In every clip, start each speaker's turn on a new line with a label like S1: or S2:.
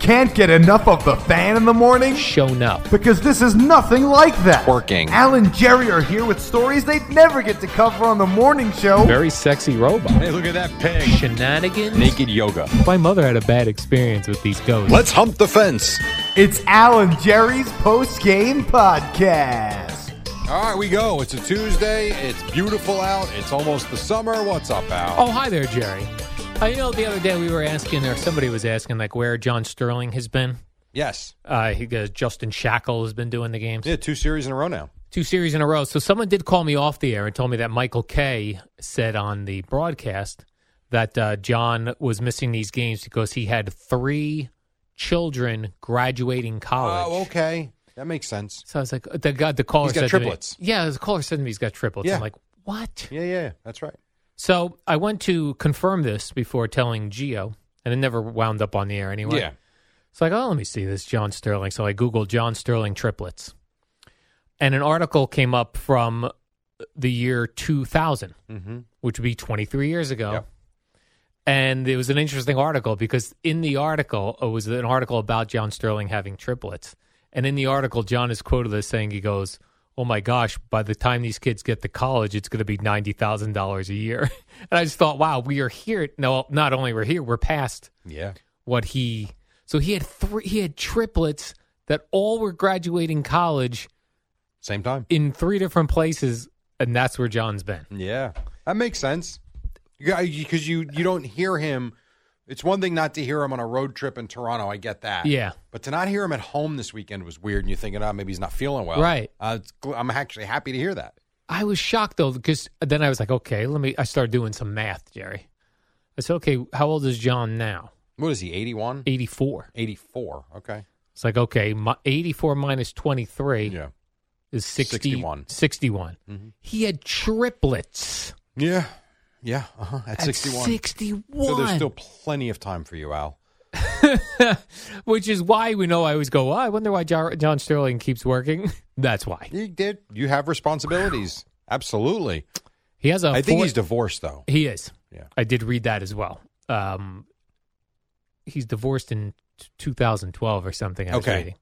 S1: Can't get enough of the fan in the morning?
S2: shown up.
S1: Because this is nothing like that.
S3: Working.
S1: Al and Jerry are here with stories they'd never get to cover on the morning show.
S2: Very sexy robot.
S3: Hey, look at that pig.
S2: Shenanigans.
S3: Naked yoga.
S2: My mother had a bad experience with these ghosts.
S3: Let's hump the fence.
S1: It's Al and Jerry's post game podcast.
S3: All right, we go. It's a Tuesday. It's beautiful out. It's almost the summer. What's up, Al?
S2: Oh, hi there, Jerry. Uh, you know, the other day we were asking, or somebody was asking, like where John Sterling has been.
S3: Yes.
S2: Uh, he goes, Justin Shackle has been doing the games.
S3: Yeah, two series in a row now.
S2: Two series in a row. So someone did call me off the air and told me that Michael Kay said on the broadcast that uh, John was missing these games because he had three children graduating college.
S3: Oh, okay. That makes sense.
S2: So I was like, the guy, the caller
S3: He's got
S2: said to me-
S3: triplets.
S2: yeah, the caller said to me he's got triplets.
S3: Yeah.
S2: I'm like, what?
S3: Yeah, yeah, that's right.
S2: So I went to confirm this before telling Geo, and it never wound up on the air anyway.
S3: Yeah.
S2: So I go, oh, let me see this John Sterling. So I Googled John Sterling triplets, and an article came up from the year 2000, which would be 23 years ago.
S3: Yep.
S2: And it was an interesting article because in the article, it was an article about John Sterling having triplets. And in the article, John is quoted as saying, he goes, Oh my gosh, by the time these kids get to college, it's going to be $90,000 a year. and I just thought, wow, we are here. No, not only we're here, we're past
S3: Yeah.
S2: what he so he had three he had triplets that all were graduating college
S3: Same time.
S2: in three different places and that's where john's been
S3: Yeah. That makes sense. Because you, you don't hear him. It's one thing not to hear him on a road trip in Toronto. I get that.
S2: Yeah.
S3: But to not hear him at home this weekend was weird, and you're thinking, oh, maybe he's not feeling well.
S2: Right.
S3: Uh, it's gl- I'm actually happy to hear that.
S2: i was shocked though because then i was like okay let me i started doing some math jerry i said okay how old is john now
S3: What is he, 81?
S2: 84
S3: 84. Okay.
S2: it's like okay mi- 84 minus 23
S3: Yeah. Mm-hmm.
S2: is 60,
S3: 61.
S2: 61 he had triplets
S3: Yeah. Yeah. Uh-huh. At,
S2: at
S3: 61.
S2: 61
S3: So there's still plenty of time for you, Al.
S2: which is why we know I always go, "Oh, I wonder why Jar- John Sterling keeps working. That's why.
S3: You did. You have responsibilities. Absolutely.
S2: He has a.
S3: I think
S2: four-
S3: he's divorced, though.
S2: He is.
S3: Yeah.
S2: I did read that as well. Um, he's divorced in t- 2012 or something. I was
S3: Okay.
S2: reading.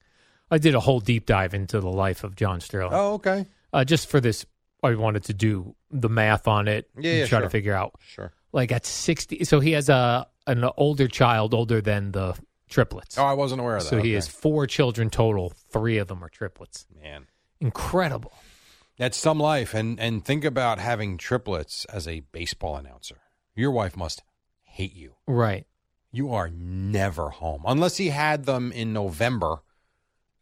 S2: I did a whole deep dive into the life of John Sterling.
S3: Oh, okay.
S2: Uh, just for this, I wanted to do the math on it
S3: Yeah,
S2: and
S3: yeah,
S2: try to
S3: sure.
S2: figure out.
S3: Sure.
S2: Like at 60, so he has a an older child older than the triplets.
S3: Oh, I wasn't aware of that.
S2: so he
S3: Okay.
S2: has four children total. Three of them are triplets.
S3: Man.
S2: Incredible.
S3: That's some life. And, and think about having triplets as a baseball announcer. Your wife must hate you.
S2: Right.
S3: You are never home. Unless he had them in November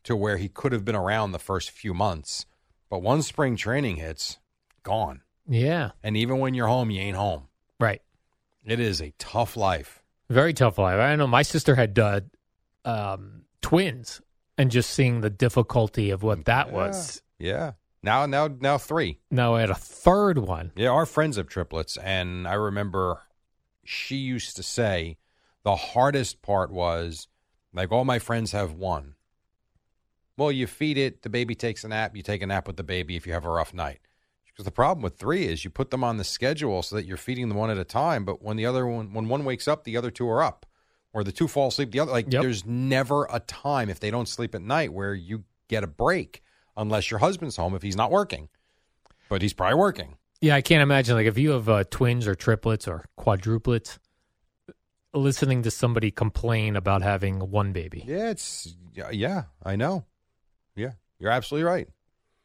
S3: to where he could have been around the first few months. But once spring training hits, gone.
S2: Yeah.
S3: And even when you're home, you ain't home.
S2: Right.
S3: It is a tough life.
S2: Very tough life. I know my sister had uh, um, twins, and just seeing the difficulty of what that was.
S3: Yeah. Now, now, now three.
S2: Now I had a third one.
S3: Yeah, our friends have triplets, and I remember she used to say the hardest part was like all my friends have one. Well, you feed it, the baby takes a nap, you take a nap with the baby if you have a rough night. Because the problem with three is you put them on the schedule so that you're feeding them one at a time, but when the other one when one wakes up, the other two are up. Or the two fall asleep, the other like
S2: Yep.
S3: there's never a time if they don't sleep at night where you get a break unless your husband's home if he's not working. But he's probably working.
S2: Yeah, I can't imagine like if you have uh, twins or triplets or quadruplets, listening to somebody complain about having one baby.
S3: Yeah, it's yeah, yeah, I know. Yeah, you're absolutely right.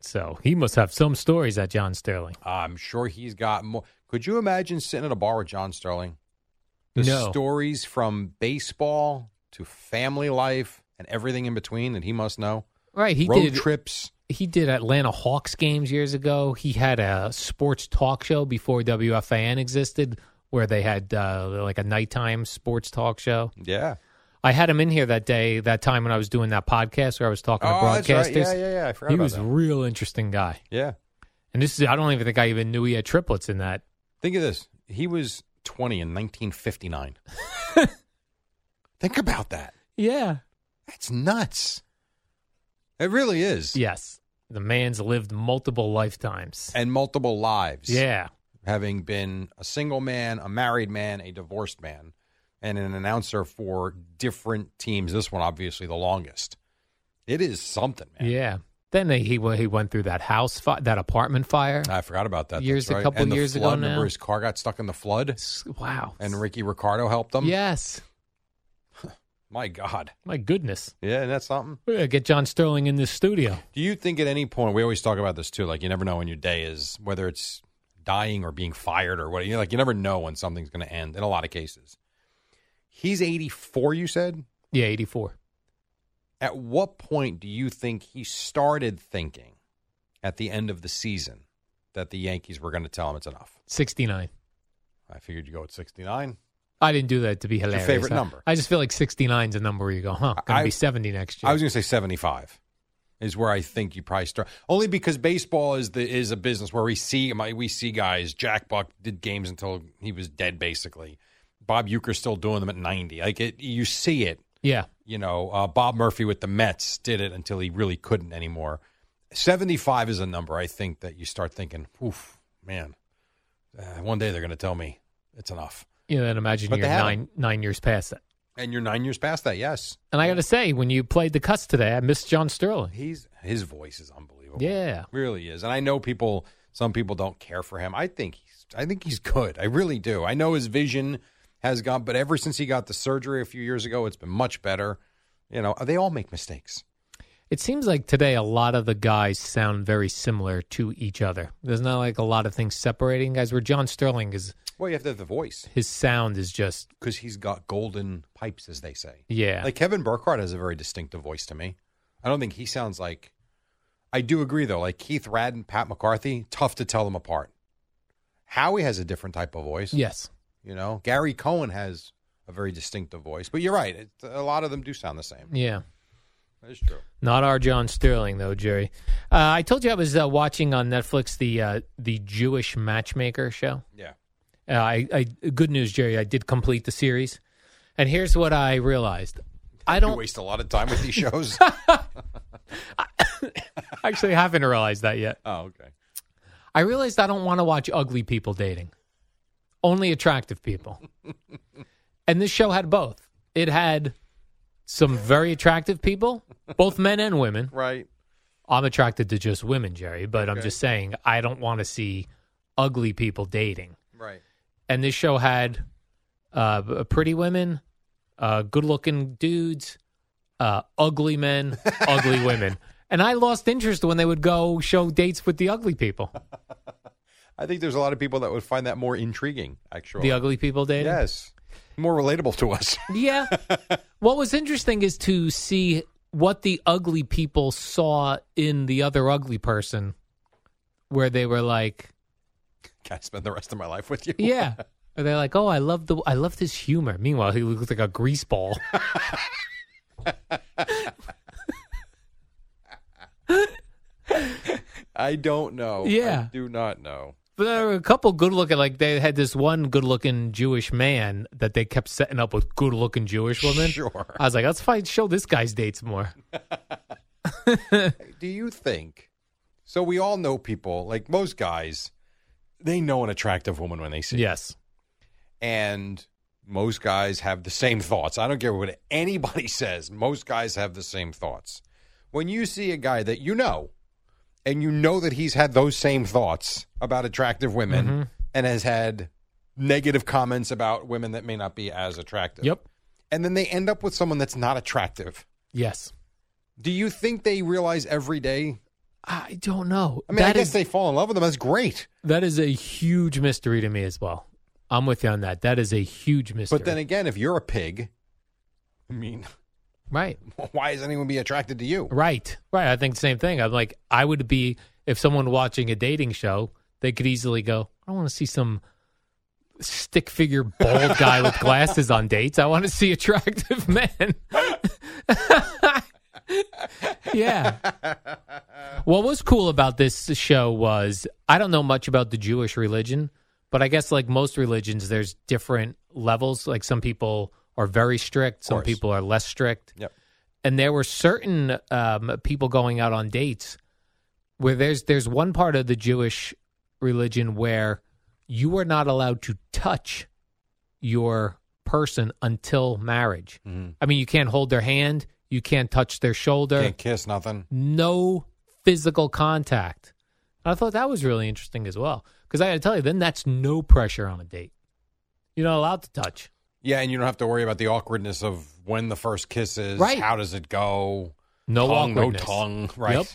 S2: So he must have some stories at John Sterling.
S3: I'm sure he's got more. Could you imagine sitting at a bar with John Sterling? The
S2: No.
S3: stories from baseball to family life and everything in between that he must know.
S2: Right. He
S3: Road
S2: did
S3: trips.
S2: he did Atlanta Hawks games years ago. He had a sports talk show before WFAN existed where they had uh, like a nighttime sports talk show.
S3: Yeah.
S2: I had him in here that day, that time when I was doing that podcast where I was talking to
S3: Oh, that's right.
S2: broadcasters.
S3: Yeah, yeah, yeah. I forgot
S2: he
S3: about
S2: was a
S3: that.
S2: real interesting guy.
S3: yeah.
S2: And this is, I don't even think I even knew he had triplets in that.
S3: Think of this. He was 20 in 1959. Think about that.
S2: Yeah.
S3: That's nuts. It really is.
S2: Yes. The man's lived multiple lifetimes.
S3: And multiple lives.
S2: Yeah.
S3: having been a single man, a married man, a divorced man, and an announcer for different teams. This one, obviously, the longest. It is something, man.
S2: Yeah. Then they, he went- he went through that house fi- that apartment fire.
S3: I forgot about that.
S2: Years-
S3: That's right.
S2: a couple
S3: and the
S2: years ago
S3: flood, Remember
S2: now.
S3: his car got stuck in the flood,
S2: S- wow.
S3: and Ricky Ricardo helped him.
S2: yes.
S3: my God.
S2: My goodness.
S3: Yeah, and that's something.
S2: We're gonna get John Sterling in this studio.
S3: Do you think at any point we always talk about this too? Like you never know when your day is, whether it's dying or being fired or what. You know, like you never know when something's going to end. In a lot of cases, he's eighty four. You said
S2: Yeah, eighty four.
S3: At what point do you think he started thinking at the end of the season that the Yankees were going to tell him it's enough?
S2: Sixty nine.
S3: I figured you go at 69.
S2: I didn't do that to be hilarious.
S3: favorite
S2: I-
S3: number.
S2: I just feel like 69 is a number where you go, huh, gonna
S3: I-
S2: be 70 next year.
S3: I was going to say 75 is where I think you probably start. Only because baseball is the is a business where we see my we see guys. Jack Buck did games until he was dead, basically. Bob Euchre's still doing them at 90. Like it, you see it.
S2: yeah.
S3: you know, uh, Bob Murphy with the Mets did it until he really couldn't anymore. 75 is a number I think that you start thinking, oof, man, uh, one day they're going to tell me it's enough.
S2: You know, then imagine
S3: But
S2: you're
S3: they had
S2: nine nine years past that.
S3: And you're nine years past that, yes.
S2: And I gotta say, when you played the cuts today, I missed John Sterling.
S3: He's His voice is unbelievable.
S2: Yeah.
S3: Really is. And I know people, some people don't care for him. I think he's, I think he's good. I really do. I know his vision has gone, but ever since he got the surgery a few years ago, it's been much better. You know, they all make mistakes.
S2: It seems like today a lot of the guys sound very similar to each other. There's not like a lot of things separating guys. Where John Sterling is,
S3: Well, you have to have the voice.
S2: his sound is just
S3: because he's got golden pipes, as they say.
S2: yeah,
S3: Like Kevin Burkhardt has a very distinctive voice to me. I don't think he sounds like. I do agree though. Like Keith Radden, Pat McCarthy, tough to tell them apart. Howie has a different type of voice.
S2: yes.
S3: You know, Gary Cohen has a very distinctive voice. But you're right. It, a lot of them do sound the same.
S2: Yeah.
S3: That's true.
S2: Not our John Sterling, though, Jerry. Uh, I told you I was uh, watching on Netflix the uh, the Jewish Matchmaker show.
S3: Yeah.
S2: Uh, I, I good news, Jerry. I did complete the series, and here's what I realized: I
S3: You
S2: don't
S3: waste a lot of time with these shows.
S2: actually haven't realized that yet.
S3: oh, okay.
S2: I realized I don't want to watch ugly people dating, only attractive people. and this show had both. It had some very attractive people, both men and women.
S3: Right.
S2: I'm attracted to just women, Jerry, but I'm just saying I don't want to see ugly people dating.
S3: Right.
S2: And this show had uh, b- pretty women, uh, good looking dudes, uh, ugly men, ugly women. And I lost interest when they would go show dates with the ugly people,
S3: I think there's a lot of people that would find that more intriguing. Actually.
S2: the ugly people dating.
S3: Yes. More relatable to us.
S2: Yeah. what was interesting is to see what the ugly people saw in the other ugly person, where they were like,
S3: Can't spend the rest of my life with you.
S2: Yeah. Or they're like, oh, I love the I love his humor. Meanwhile, he looks like a grease ball.
S3: I don't know.
S2: Yeah.
S3: I do not know.
S2: But there were a couple good looking. Like they had this one good looking Jewish man that they kept setting up with good looking Jewish women.
S3: Sure.
S2: I was like, let's find show this guy's dates more.
S3: Do you think? So we all know people like most guys. They know an attractive woman when they see, her.
S2: Yes.
S3: and most guys have the same thoughts. I don't care what anybody says. Most guys have the same thoughts. When you see a guy that you know,
S2: Mm-hmm.
S3: and you know that he's had those same thoughts about attractive women, and has had negative comments about women that may not be as attractive.
S2: Yep.
S3: And then they end up with someone that's not attractive.
S2: Yes.
S3: Do you think they realize every day?
S2: I don't know.
S3: I mean, I
S2: That
S3: guess
S2: is-
S3: they fall in love with them. That's great.
S2: that is a huge mystery to me as well. I'm with you on that. That is a huge mystery.
S3: But then again, if you're a pig, I mean,
S2: right.
S3: why is anyone be attracted to you?
S2: Right. Right. I think the same thing. I'm like, I would be if someone watching a dating show, they could easily go, I want to see some stick figure bald guy with glasses on dates. I want to see attractive men. yeah. What was cool about this show was I don't know much about the Jewish religion, but I guess like most religions, there's different levels. Like some people are very strict, some
S3: course.
S2: people are less strict
S3: Yep.
S2: and there were certain um, people going out on dates where there's there's one part of the Jewish religion where you are not allowed to touch your person until marriage. I mean, you can't hold their hand, you can't touch their shoulder,
S3: Mm-hmm. Can't kiss nothing.
S2: no physical contact. And I thought that was really interesting as well because I got to tell you, then that's no pressure on a date. You're not allowed to touch.
S3: Yeah, and you don't have to worry about the awkwardness of when the first kiss is.
S2: Right.
S3: How does it go?
S2: No
S3: tongue, no
S2: awkwardness.
S3: tongue. Right.
S2: Yep.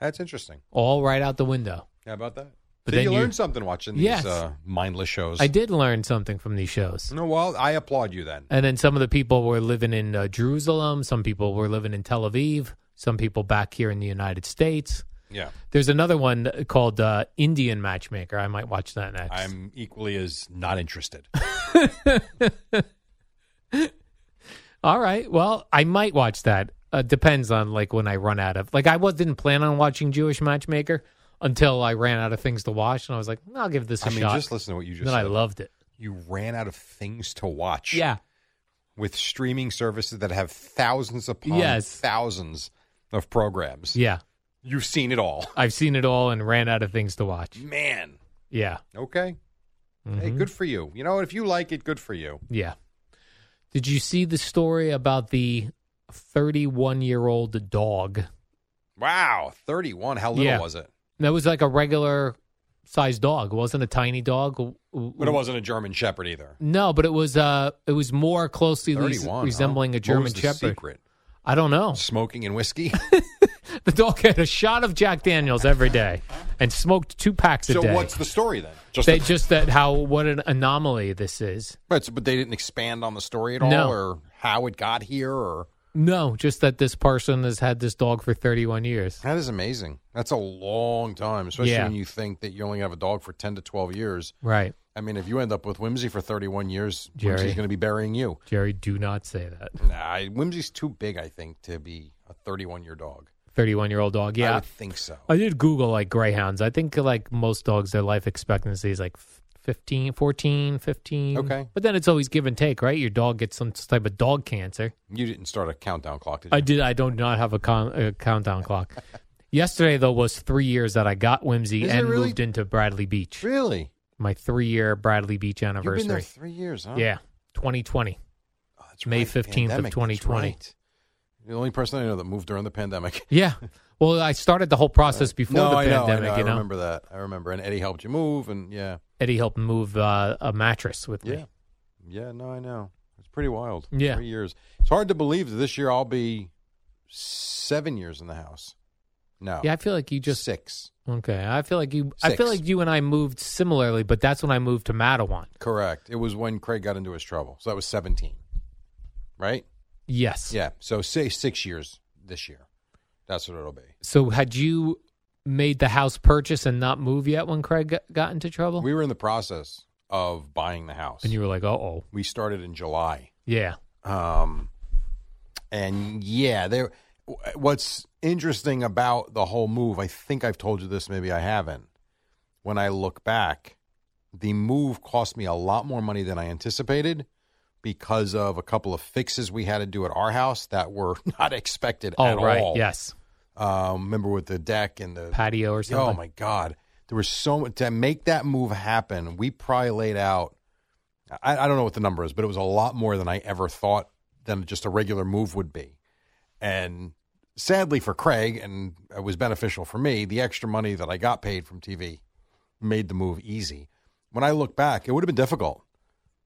S3: That's interesting.
S2: All right out the winw.
S3: How about that?
S2: But
S3: But so
S2: then
S3: you
S2: you-
S3: learned something watching these
S2: Yes.
S3: uh, mindless shows.
S2: I did learn something from these shows.
S3: No, well, I applaud you then.
S2: And then some of the people were living in uh, Jerusalem, some people were living in Tel Aviv, some people back here in the United States.
S3: Yeah,
S2: There's another one called uh, Indian Matchmaker. I might watch that next.
S3: I'm equally as not interested.
S2: All right. Well, I might watch that. Uh, depends on like when I run out of like I was didn't plan on watching Jewish Matchmaker until I ran out of things to watch, and I was like, I'll give this a
S3: I mean,
S2: shot.
S3: just listen to what you just
S2: then
S3: said.
S2: I loved it.
S3: you ran out of things to watch.
S2: Yeah.
S3: with streaming services that have thousands upon
S2: Yes.
S3: thousands of programs.
S2: Yeah.
S3: You've seen it all,
S2: I've seen it all and ran out of things to watch.
S3: man.
S2: Yeah.
S3: Okay, hey,
S2: Mm-hmm.
S3: good for you. You know, if you like it, good for you.
S2: Yeah. Did you see the story about the 31 year old dog?
S3: Wow, thirty-one. How little
S2: Yeah.
S3: was it?
S2: That was like a regular sized dog. It wasn't a tiny dog.
S3: But it wasn't a German Shepherd either.
S2: No, but it was uh it was more closely res-
S3: Thirty-one, huh?
S2: resembling a
S3: What
S2: German
S3: was the
S2: shepherd.
S3: secret?
S2: I don't know.
S3: Smoking and whiskey.
S2: The dog had a shot of Jack Daniels every day and smoked two packs a
S3: so
S2: day.
S3: what's the story then? Just
S2: they
S3: that-
S2: just that how what an anomaly this is.
S3: But, so- but they didn't expand on the story at all
S2: No.
S3: or how it got here or
S2: No, just that this person has had this dog for 31 years.
S3: that is amazing. That's a long time, especially
S2: Yeah.
S3: when you think that you only have a dog for 10 to 12 years.
S2: Right.
S3: I mean, if you end up with Whimsy for 31 years,
S2: Jerry.
S3: Whimsy's going to be burying you.
S2: Jerry, do not say that.
S3: Nah, I- Whimsy's too big, I think, to be a 31 year dog.
S2: 31 year old dog.
S3: I
S2: Yeah.
S3: would think so.
S2: I did Google like greyhounds. I think like most dogs, their life expectancy is like f- 15, 14, 15.
S3: Okay.
S2: But then it's always give and take, right? Your dog gets some type of dog cancer.
S3: You didn't start a countdown clock, did you?
S2: I did. I do not have a, con- a countdown clock. Yesterday, though, was three years that I got Whimsy
S3: Is it
S2: and
S3: really?
S2: moved into Bradley Beach.
S3: Really?
S2: My three year Bradley Beach
S3: You've
S2: anniversary.
S3: been there three years, huh?
S2: Yeah. 2020.
S3: Oh, that's
S2: May
S3: right,
S2: 15th of
S3: pandemic, that's
S2: 2020.
S3: right. The only person I know that moved during the pandemic.
S2: Yeah. Well, I started the whole process before
S3: no,
S2: the
S3: I know,
S2: pandemic,
S3: I know.
S2: you
S3: I
S2: know.
S3: remember that. I remember. And Eddie helped you move, and yeah.
S2: Eddie helped move uh, a mattress with
S3: Yeah.
S2: me.
S3: Yeah, no, I know. It's pretty wild.
S2: Yeah.
S3: Three years. It's hard to believe that this year I'll be seven years in the house. No.
S2: Yeah, I feel like you just
S3: six.
S2: Okay, I feel like you. I feel
S3: Six.
S2: like you and I moved similarly, but that's when I moved to Mattawan.
S3: Correct. It was when Craig got into his trouble. So that was 17. Right?
S2: Yes.
S3: Yeah. So say six years this year. That's what it'll be.
S2: So had you made the house purchase and not move yet when Craig got, got into trouble?
S3: We were in the process of buying the house.
S2: Oh. and you were like, "Uh oh,
S3: we started in July.
S2: yeah,
S3: Um, and yeah, there. wh- What's interesting about the whole move? I think I've told you this. Maybe I haven't. When I look back, the move cost me a lot more money than I anticipated because of a couple of fixes we had to do at our house that were not expected
S2: oh
S3: at
S2: right,
S3: all.
S2: yes,
S3: Um, remember with the deck and the
S2: patio or something."
S3: Oh my God, there was so much to make that move happen. We probably laid out. I, I don't know what the number is, but it was a lot more than I ever thought than just a regular move would be. And sadly for Craig, and it was beneficial for me, the extra money that I got paid from TV made the move easy. When I look back, it would have been difficult.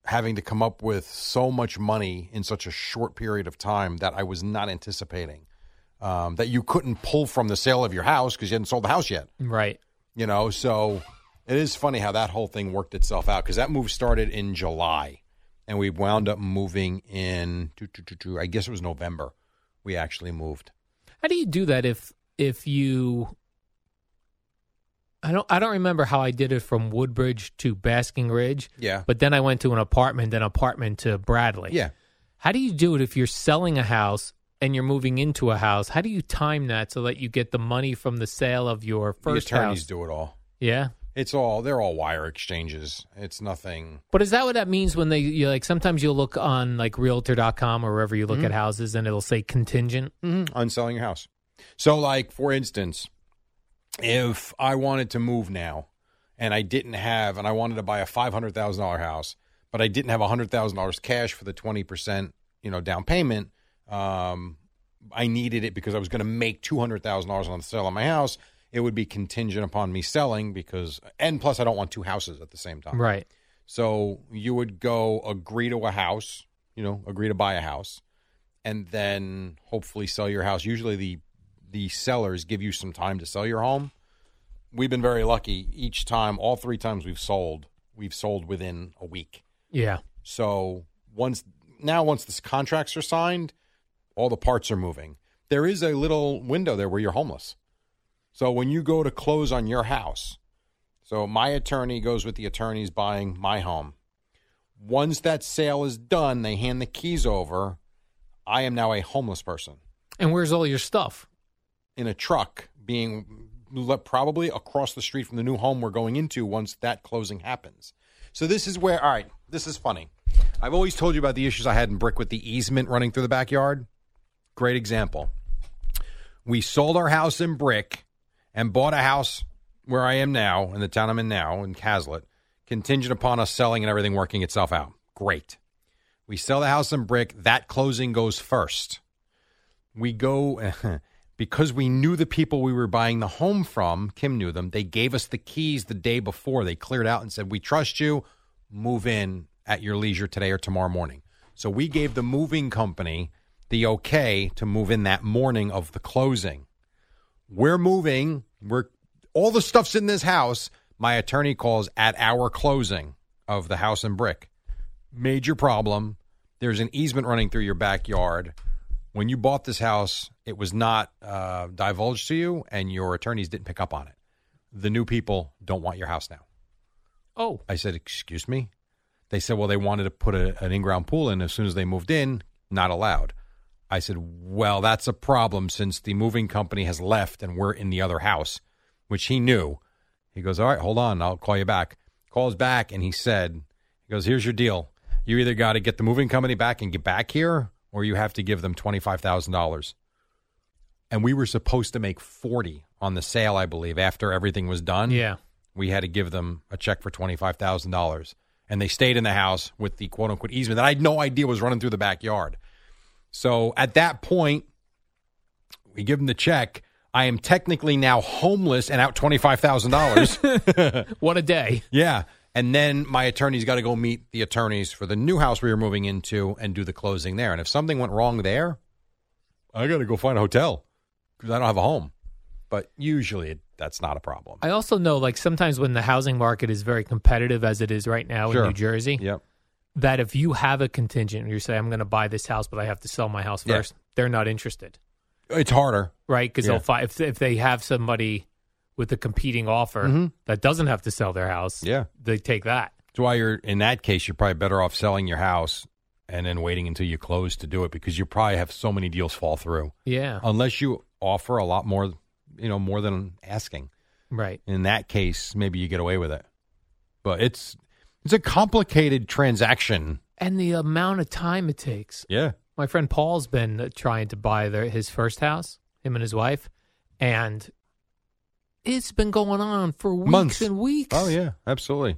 S3: having to come up with so much money in such a short period of time that I was not anticipating. Um, that you couldn't pull from the sale of your house because you hadn't sold the house yet.
S2: Right.
S3: You know, so it is funny how that whole thing worked itself out because that move started in July, and we wound up moving in. doo, doo, doo, doo, I guess it was November. We actually moved.
S2: How do you do that if if you I don't I don't remember how I did it from Woodbridge to Basking Ridge,
S3: Yeah,
S2: but then I went to an apartment, then apartment to Bradley.
S3: yeah.
S2: How do you do it if you're selling a house and you're moving into a house? How do you time that so that you get the money from the sale of your first
S3: the attorneys
S2: house?
S3: do it all.
S2: Yeah.
S3: It's all they're all wire exchanges. It's nothing.
S2: But is that what that means when they you like sometimes you'll look on like realtor.com or wherever you
S3: Mm-hmm.
S2: look at houses and it'll say contingent?
S3: on selling your house. So, like for instance, if I wanted to move now and I didn't have, and I wanted to buy a five hundred thousand dollar house, but I didn't have hundred thousand dollars cash for the twenty percent, you know, down payment. Um, I needed it because I was going to make two hundred thousand dollars on the sale of my house. It would be contingent upon me selling because, and plus, I don't want two houses at the same time.
S2: Right.
S3: So you would go agree to a house, you know, agree to buy a house, and then hopefully sell your house. Usually the the sellers give you some time to sell your home. We've been very lucky each time, all three times we've sold, we've sold within a week.
S2: Yeah.
S3: So once now once the contracts are signed, all the parts are moving. There is a little window there where you're homeless. So when you go to close on your house, so my attorney goes with the attorneys buying my home. Once that sale is done, they hand the keys over. I am now a homeless person
S2: And where's all your stuff?
S3: in a truck being le- probably across the street from the new home we're going into once that closing happens. So this is where all right, this is funny. I've always told you about the issues I had in brick with the easement running through the backyard. Great example. We sold our house in brick and bought a house where I am now in the town I'm in now in Caslett, contingent upon us selling and everything working itself out. Great. We sell the house in brick, that closing goes first we go because we knew the people we were buying the home from kim knew them they gave us the keys the day before they cleared out and said we trust you move in at your leisure today or tomorrow morning so we gave the moving company the okay to move in that morning of the closing we're moving we're all the stuff's in this house my attorney calls at our closing of the house in brick major problem there's an easement running through your backyard when you bought this house, it was not uh, divulged to you, and your attorneys didn't pick up on it. The new people don't want your house now.
S2: Oh.
S3: I said, Excuse me? They said, Well, they wanted to put a, an in ground pool in as soon as they moved in, not allowed. I said, Well, that's a problem since the moving company has left and we're in the other house, which he knew. He goes, All right, hold on. I'll call you back. Calls back and he said, He goes, Here's your deal. You either got to get the moving company back and get back here, or you have to give them $25,000. And we were supposed to make 40 on the sale, I believe, after everything was done
S2: Yeah.
S3: we had to give them a check for $25,000. And they stayed in the house with the quote unquote easement that I had no idea was running through the backyard. So at that point, we give them the check. I am technically now homeless and out $25,000.
S2: What a day.
S3: yeah. And then my attorney's got to go meet the attorneys for the new house we were moving into and do the closing there. And if something went wrong there, I got to go find a hotel because I don't have a home. But usually it, that's not a problem.
S2: I also know like sometimes when the housing market is very competitive as it is right now
S3: Sure.
S2: in New Jersey,
S3: Yep.
S2: that if you have a contingent, you say I'm going to buy this house but I have to sell my house
S3: Yeah.
S2: first, they're not interested.
S3: It's harder.
S2: right? Because
S3: Yeah.
S2: they'll fi- if if they have somebody with a competing offer that doesn't have to sell their house,
S3: Mm-hmm. Yeah.
S2: they take that.
S3: That's why you're in that case, you're probably better off selling your house and then waiting until you close to do it because you probably have so many deals fall through.
S2: Yeah,
S3: Unless you offer a lot more, you know, more than asking.
S2: right.
S3: In that case, maybe you get away with it. But it's it's a complicated transaction.
S2: And the amount of time it takes.
S3: Yeah.
S2: My friend Paul's been uh, trying to buy their, his first house, him and his wife, and it's been going on for weeks
S3: Months.
S2: and weeks.
S3: Oh yeah, absolutely.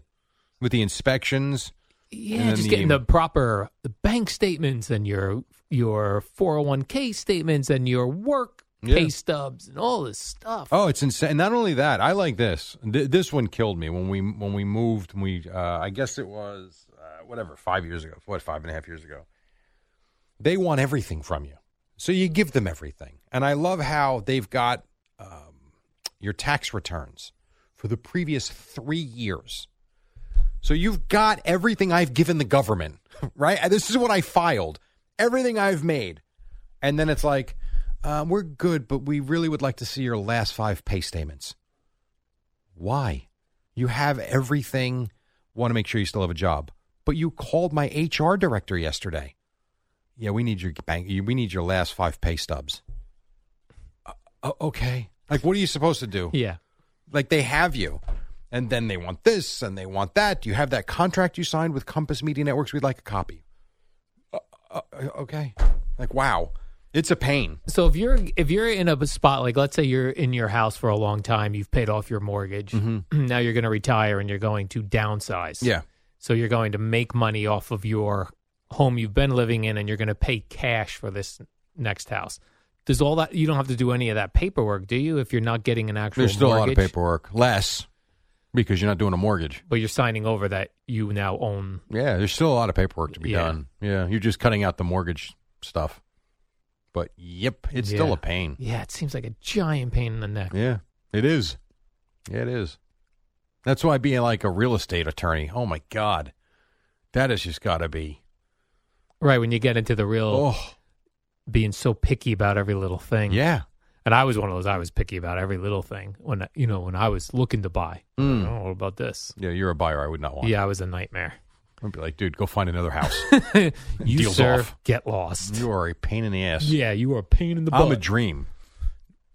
S3: With the inspections, And
S2: yeah.
S3: then
S2: Just
S3: the-
S2: getting the proper the bank statements and your your four hundred one k statements and your work
S3: Yeah.
S2: pay stubs and all this stuff.
S3: Oh, it's insane! Not only that, I like this. Th- this one killed me when we when we moved. When we uh, I guess it was uh, whatever, five years ago, what, five and a half years ago. They want everything from you. So you give them everything. And I love how they've got um, your tax returns for the previous three years. So you've got everything I've given the government, right? And This is what I filed, everything I've made. And then it's like, um, we're good, but we really would like to see your last five pay statements. Why? You have everything. Want to make sure you still have a job. But you called my HR director yesterday. Yeah, we need your bank. We need your last five pay stubs. Uh, o- okay. Like, what are you supposed to do?
S2: Yeah.
S3: Like, they have you, and then they want this and they want that. You have that contract you signed with Compass Media Networks. We'd like a copy. Uh, uh, okay. Like, wow, it's a pain.
S2: So if you're if you're in a spot like let's say you're in your house for a long time, you've paid off your mortgage. now you're going to retire and you're going to downsize.
S3: Mm-hmm. Yeah.
S2: So you're going to make money off of your home you've been living in and you're going to pay cash for this next house. Does all that you don't have to do any of that paperwork, do you? If you're not getting an actual
S3: There's still a lot of
S2: mortgage,
S3: paperwork. Less because you're not doing a mortgage.
S2: but you're signing over that you now own.
S3: Yeah, there's still a lot of paperwork to be
S2: Yeah.
S3: done. Yeah, you're just cutting out the mortgage stuff. But yep, it's still
S2: Yeah.
S3: a pain.
S2: Yeah, it seems like a giant pain in the neck.
S3: Yeah, it is. Yeah, it is. That's why being like a real estate attorney, oh my God, that has just got to be.
S2: Right when you get into the real
S3: Oh,
S2: being so picky about every little thing.
S3: yeah.
S2: And I was one of those. I was picky about every little thing when I- you know when I was looking to buy.
S3: Mm.
S2: Oh, what about this?
S3: Yeah, you're a buyer. I would not want.
S2: Yeah, I was a nightmare.
S3: I'd be like, dude, go find another house.
S2: You
S3: Deals
S2: sir,
S3: off.
S2: get lost.
S3: you are a pain in the ass.
S2: yeah, you were a pain in the butt.
S3: I'm a dream.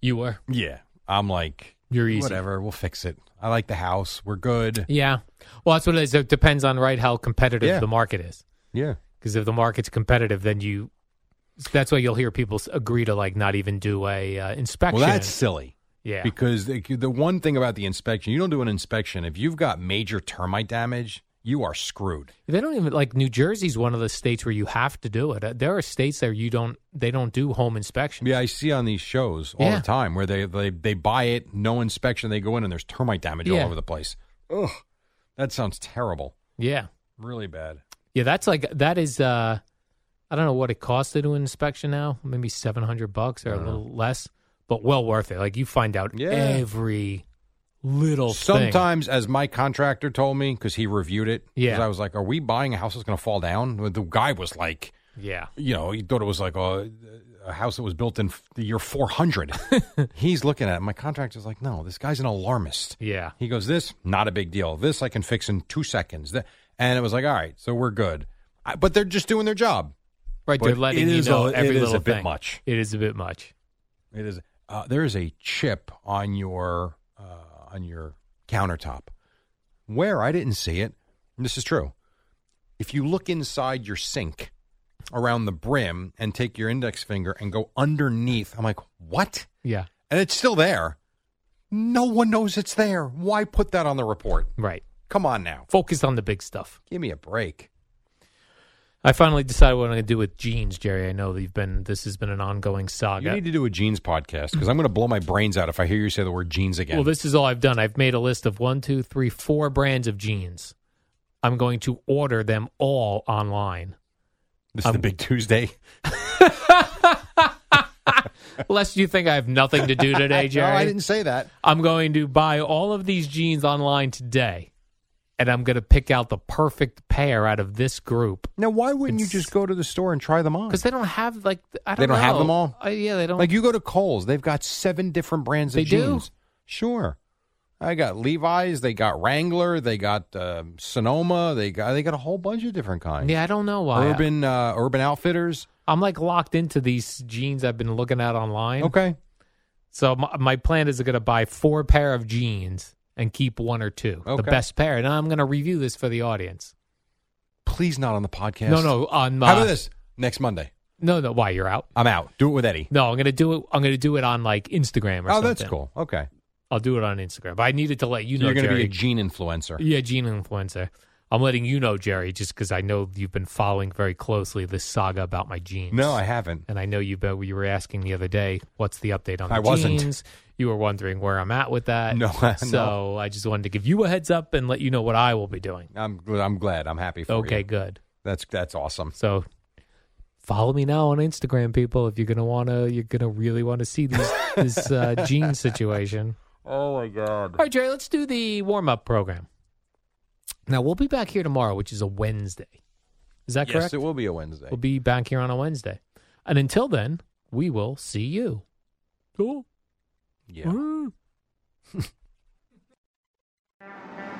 S2: you were.
S3: Yeah, I'm like,
S2: You're easy.
S3: whatever. We'll fix it. I like the house. We're good.
S2: Yeah. Well, that's what it is. It depends on right how competitive
S3: Yeah.
S2: the market is.
S3: Yeah.
S2: Because if the market's competitive, then you. That's why you'll hear people s- agree to like not even do a uh, inspection.
S3: Well, that's silly.
S2: yeah.
S3: Because the, the one thing about the inspection, you don't do an inspection. If you've got major termite damage, you are screwed.
S2: They don't even like New Jersey's one of the states where you have to do it. Uh, There are states there you don't. They don't do home inspection.
S3: Yeah, I see on these shows all
S2: Yeah.
S3: the time where they, they they buy it, no inspection, they go in and there's termite damage all
S2: Yeah.
S3: over the place. Ugh, that sounds terrible.
S2: Yeah.
S3: Really bad.
S2: Yeah, that's like that is uh I don't know what it costs to do an inspection now, maybe seven hundred bucks or a little less, but well worth it. Like you find out
S3: Yeah.
S2: every little thing.
S3: Sometimes, as my contractor told me, because he reviewed it, 'cause
S2: Yeah.
S3: I was like, "Are we buying a house that's going to fall down?" The guy was like,
S2: Yeah.
S3: you know, he thought it was like a, a house that was built in f- the year 400. He's looking at it. My contractor's like, no, this guy's an alarmist.
S2: Yeah.
S3: He goes, this, not a big deal. This I can fix in two seconds. Th- And it was like, all right, so we're good. I, but they're just doing their job.
S2: Right.
S3: But
S2: They're letting
S3: it
S2: you
S3: is
S2: know
S3: a- it
S2: every
S3: is a
S2: little
S3: bit
S2: thing.
S3: much.
S2: It is a bit much.
S3: It is. Uh, there is a chip on your uh, on your countertop. Where I didn't see it. and this is true. If you look inside your sink, around the brim, and take your index finger and go underneath, I'm like, what?
S2: Yeah.
S3: And it's still there. No one knows it's there. Why put that on the report?
S2: Right.
S3: Come on now.
S2: Focus on the big stuff.
S3: Give me a break.
S2: I finally decided what I'm gonna do with jeans, Jerry. I know that you've been this has been an ongoing saga.
S3: You need to do a jeans podcast because I'm going to blow my brains out if I hear you say the word jeans again.
S2: Well, this is all I've done. I've made a list of one, two, three, four brands of jeans. I'm going to order them all online.
S3: this is the big Tuesday.
S2: Lest you think I have nothing to do today, Jerry.
S3: No, I didn't say that.
S2: I'm going to buy all of these jeans online today, and I'm going to pick out the perfect pair out of this group
S3: Now, why wouldn't
S2: It's-
S3: you just go to the store and try them on?
S2: because they don't have like th- I
S3: They
S2: don't
S3: don't have
S2: know.
S3: them all?
S2: Uh, yeah, they don't.
S3: Like you go to Kohl's, they've got seven different brands
S2: They
S3: of
S2: do?
S3: jeans. Sure, I got Levi's, they got Wrangler, they got um, Sonoma, they got they got a whole bunch of different kinds.
S2: yeah, I don't know why.
S3: Urban uh, Urban Outfitters.
S2: I'm like locked into these jeans I've been looking at online.
S3: Okay,
S2: So my, my plan is going to buy four pair of jeans and keep one or two, the
S3: Okay.
S2: best pair, and I'm going to review this for the audience.
S3: please not on the podcast.
S2: No, no, on uh,
S3: How about this? Next Monday,
S2: No, no, why you're out?
S3: I'm out. Do it with Eddie.
S2: No, I'm going to do it. I'm going to do it on like Instagram or
S3: Oh,
S2: something.
S3: that's cool. Okay,
S2: I'll do it on Instagram. But I needed to let you know.
S3: you're going to be
S2: Jerry.
S3: a gene influencer.
S2: Yeah, gene influencer. I'm letting you know, Jerry, just because I know you've been following very closely this saga about my jeans.
S3: No, I haven't.
S2: And I know you bet you were asking the other day, what's the update on the
S3: I wasn't.
S2: jeans? You were wondering where I'm at with that.
S3: No, no.
S2: so I just wanted to give you a heads up and let you know what I will be doing.
S3: I'm gl- I'm glad. I'm happy for you.
S2: Okay, good.
S3: That's that's awesome.
S2: So follow me now on Instagram, people, if you're gonna wanna you're gonna really wanna see these this uh, gene situation.
S3: Oh my god.
S2: All right, Jerry, let's do the warm up program. Now we'll be back here tomorrow, which is a Wednesday. Is that
S3: Yes,
S2: correct?
S3: it will be a Wednesday.
S2: We'll be back here on a Wednesday. And until then, we will see you. Cool.
S3: yeah.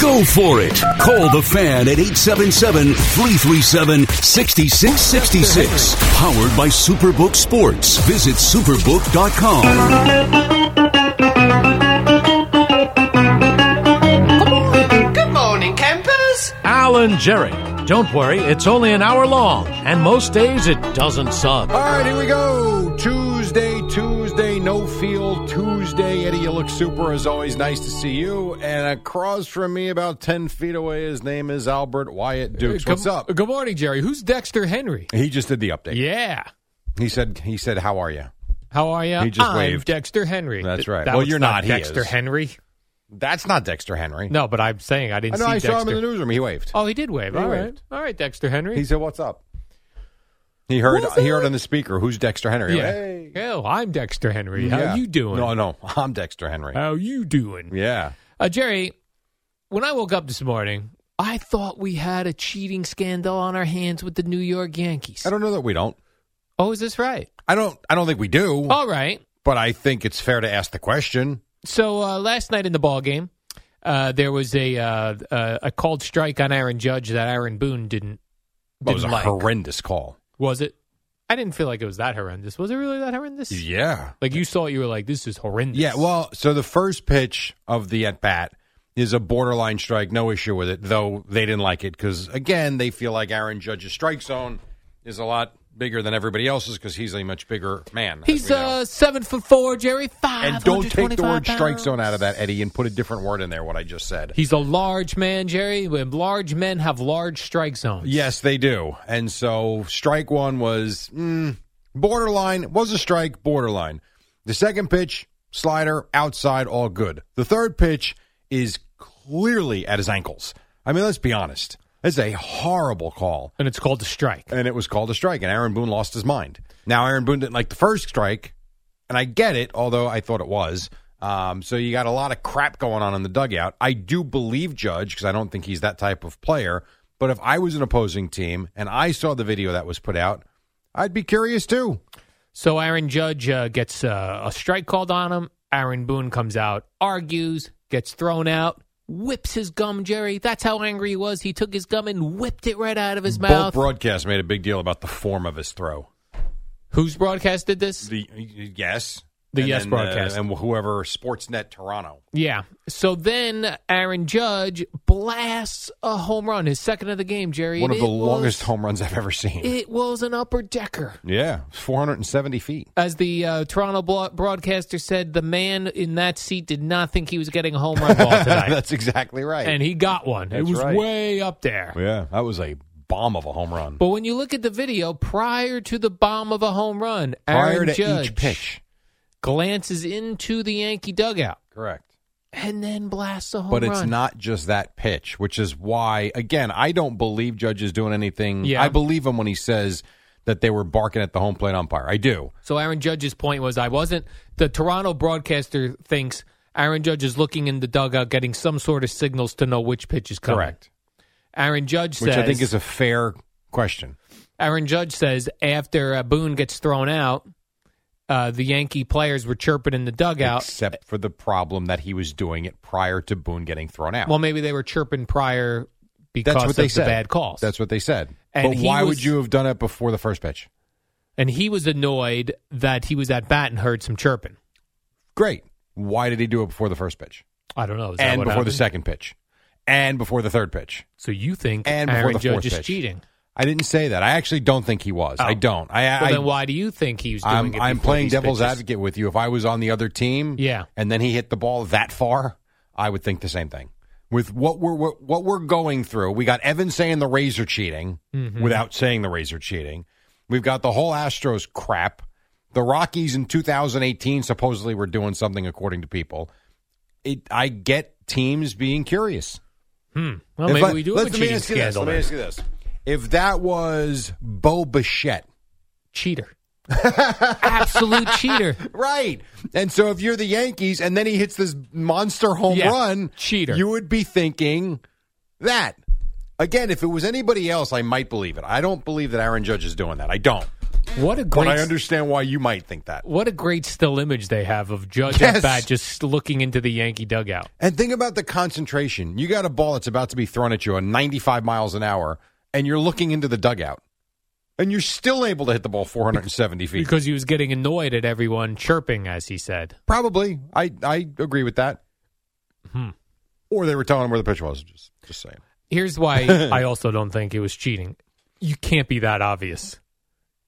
S4: Go for it. Call the fan at 877 337 6666. Powered by Superbook Sports. Visit superbook.com.
S5: Good morning, campers.
S6: Alan Jerry. Don't worry, it's only an hour long, and most days it doesn't suck.
S3: All right, here we go. Tuesday, Tuesday, no field Tuesday. Eddie, you look super as always. Nice to see you. And across from me, about 10 feet away, his name is Albert Wyatt Dukes. What's
S2: good,
S3: up?
S2: Good morning, Jerry. Who's Dexter Henry?
S3: He just did the
S2: uh,
S3: update.
S2: Yeah.
S3: He said, he said, how are you?
S2: How are you?
S3: He just
S2: I'm
S3: waved.
S2: Dexter Henry.
S3: That's
S2: Th-
S3: right.
S2: that
S3: Well,
S2: was
S3: you're not, he
S2: Dexter
S3: is.
S2: Henry.
S3: That's not Dexter Henry.
S2: No, but I'm saying I
S3: I
S2: didn't
S3: know,
S2: see
S3: I
S2: Dexter.
S3: saw him in the newsroom. He waved.
S2: Oh, he did wave.
S3: He
S2: All right.
S3: waved.
S2: All right, Dexter Henry.
S3: He said, what's up? He heard,
S2: What's
S3: he heard
S2: up?
S3: on the speaker, who's Dexter Henry?
S2: yeah.
S3: Hey.
S2: Oh, I'm Dexter Henry. How
S3: Yeah.
S2: you doing? Uh,
S3: No, no, I'm Dexter Henry.
S2: How you doing?
S3: yeah.
S2: Uh, Jerry, when I woke up this morning, I thought we had a cheating scandal on our hands with the New York Yankees.
S3: I don't know that we don't.
S2: Oh, is this right?
S3: I don't. I don't think we do.
S2: All right.
S3: But I think it's fair to ask the question.
S2: So uh, last night in the ball game, uh, there was a uh, uh, a called strike on Aaron Judge that Aaron Boone didn't.
S3: That was a
S2: Didn't like.
S3: horrendous call.
S2: Was it? I didn't feel like it was that horrendous. Was it really that horrendous?
S3: Yeah.
S2: Like you saw, it, you were like, "This is horrendous."
S3: Yeah. Well, so the first pitch of the at bat is a borderline strike. No issue with it, though they didn't like it because, again, they feel like Aaron Judge's strike zone is a lot bigger than everybody else's because he's a much bigger man. as
S2: he's
S3: we know.
S2: uh, seven foot four, Jerry. Five
S3: And don't take the word strike zone out of that, Eddie, and put a different word in there, what I just said.
S2: He's a large man, Jerry. When large men have large strike zones.
S3: Yes, they do. And so strike one was mm, borderline, was a strike, borderline. The second pitch, slider, outside, all good. The third pitch is clearly at his ankles. I mean, let's be honest. It's a horrible call.
S2: and it's called a strike.
S3: And it was called a strike, and Aaron Boone lost his mind. Now, Aaron Boone didn't like the first strike, and I get it, although I thought it was. Um, so you got a lot of crap going on in the dugout. I do believe Judge because I don't think he's that type of player. But if I was an opposing team and I saw the video that was put out, I'd be curious too.
S2: So Aaron Judge uh, gets uh, a strike called on him. Aaron Boone comes out, argues, gets thrown out, whips his gum, Jerry. That's how angry he was. He took his gum and whipped it right out of his
S3: Both
S2: mouth.
S3: broadcasts made a big deal about the form of his throw.
S2: Who's broadcasted this?
S3: The yes,
S2: The
S3: And
S2: yes
S3: then, uh,
S2: broadcast.
S3: and whoever Sportsnet Toronto.
S2: Yeah. So then Aaron Judge blasts a home run, his second of the game, Jerry.
S3: One
S2: and
S3: of the
S2: it
S3: longest
S2: was-
S3: home runs I've ever seen.
S2: It was an upper decker.
S3: yeah, four hundred and seventy feet.
S2: As the uh, Toronto blo- broadcaster said, the man in that seat did not think he was getting a home run ball tonight.
S3: That's exactly right.
S2: and he got one. It
S3: That's
S2: was
S3: right.
S2: way up there.
S3: yeah, that was a bomb of a home run.
S2: But when you look at the video, prior to the bomb of a home run, Aaron
S3: Prior to
S2: Judge
S3: each pitch.
S2: glances into the Yankee dugout
S3: Correct.
S2: and then blasts a home
S3: but
S2: run.
S3: it's not just that pitch, which is why, again, I don't believe Judge is doing anything.
S2: Yeah.
S3: I believe him when he says that they were barking at the home plate umpire. I do.
S2: So Aaron Judge's point was I wasn't the Toronto broadcaster thinks Aaron Judge is looking in the dugout getting some sort of signals to know which pitch is coming.
S3: Correct.
S2: Aaron Judge
S3: Which
S2: says
S3: I think is a fair question.
S2: Aaron Judge says after uh, Boone gets thrown out, uh, the Yankee players were chirping in the dugout.
S3: Except for the problem that he was doing it prior to Boone getting thrown out.
S2: Well, maybe they were chirping prior because
S3: That's what
S2: of
S3: they
S2: the
S3: said.
S2: bad calls.
S3: That's what they said.
S2: And
S3: but
S2: he
S3: why
S2: was-
S3: would you have done it before the first pitch?
S2: and he was annoyed that he was at bat and heard some chirping.
S3: Great. Why did he do it before the first pitch?
S2: I don't know. Is that
S3: and
S2: what
S3: before the
S2: happened?
S3: second pitch? And before the third pitch?
S2: So you think
S3: And before
S2: Aaron
S3: the fourth
S2: Judge is
S3: pitch.
S2: cheating?
S3: I didn't say that. I actually don't think he was. I don't. I,
S2: Oh. well,
S3: I
S2: then why do you think he was doing
S3: I'm,
S2: it?
S3: I'm
S2: before
S3: playing
S2: these
S3: devil's
S2: pitches?
S3: advocate with you. If I was on the other team,
S2: Yeah.
S3: and then he hit the ball that far, I would think the same thing. With what we're what, what we're going through, we got Evan saying the Razor cheating
S2: Mm-hmm.
S3: without saying the Razor cheating. We've got the whole Astros crap. The Rockies in 2018 supposedly were doing something according to people. It, I get teams being curious.
S2: Hmm. Well,
S3: If
S2: maybe
S3: I-
S2: we do have
S3: let-
S2: a
S3: let me
S2: cheating
S3: ask you this,
S2: scandal.
S3: let me
S2: then.
S3: ask you this. If that was Bo Bichette,
S2: Cheater. Absolute cheater.
S3: Right. And so if you're the Yankees and then he hits this monster home
S2: Yeah.
S3: run,
S2: Cheater.
S3: you would be thinking that. Again, if it was anybody else, I might believe it. I don't believe that Aaron Judge is doing that. I don't.
S2: What a
S3: But
S2: great
S3: I understand why you might think that.
S2: what a great still image they have of Judge
S3: Yes.
S2: at bat just looking into the Yankee dugout.
S3: And think about the concentration. You got a ball that's about to be thrown at you at 95 miles an hour, and you're looking into the dugout, and you're still able to hit the ball 470 feet.
S2: Because he was getting annoyed at everyone chirping, as he said.
S3: Probably. I, I agree with that.
S2: Hmm.
S3: Or they were telling him where the pitch was. Just, just saying.
S2: Here's why I also don't think it was cheating. You can't be that obvious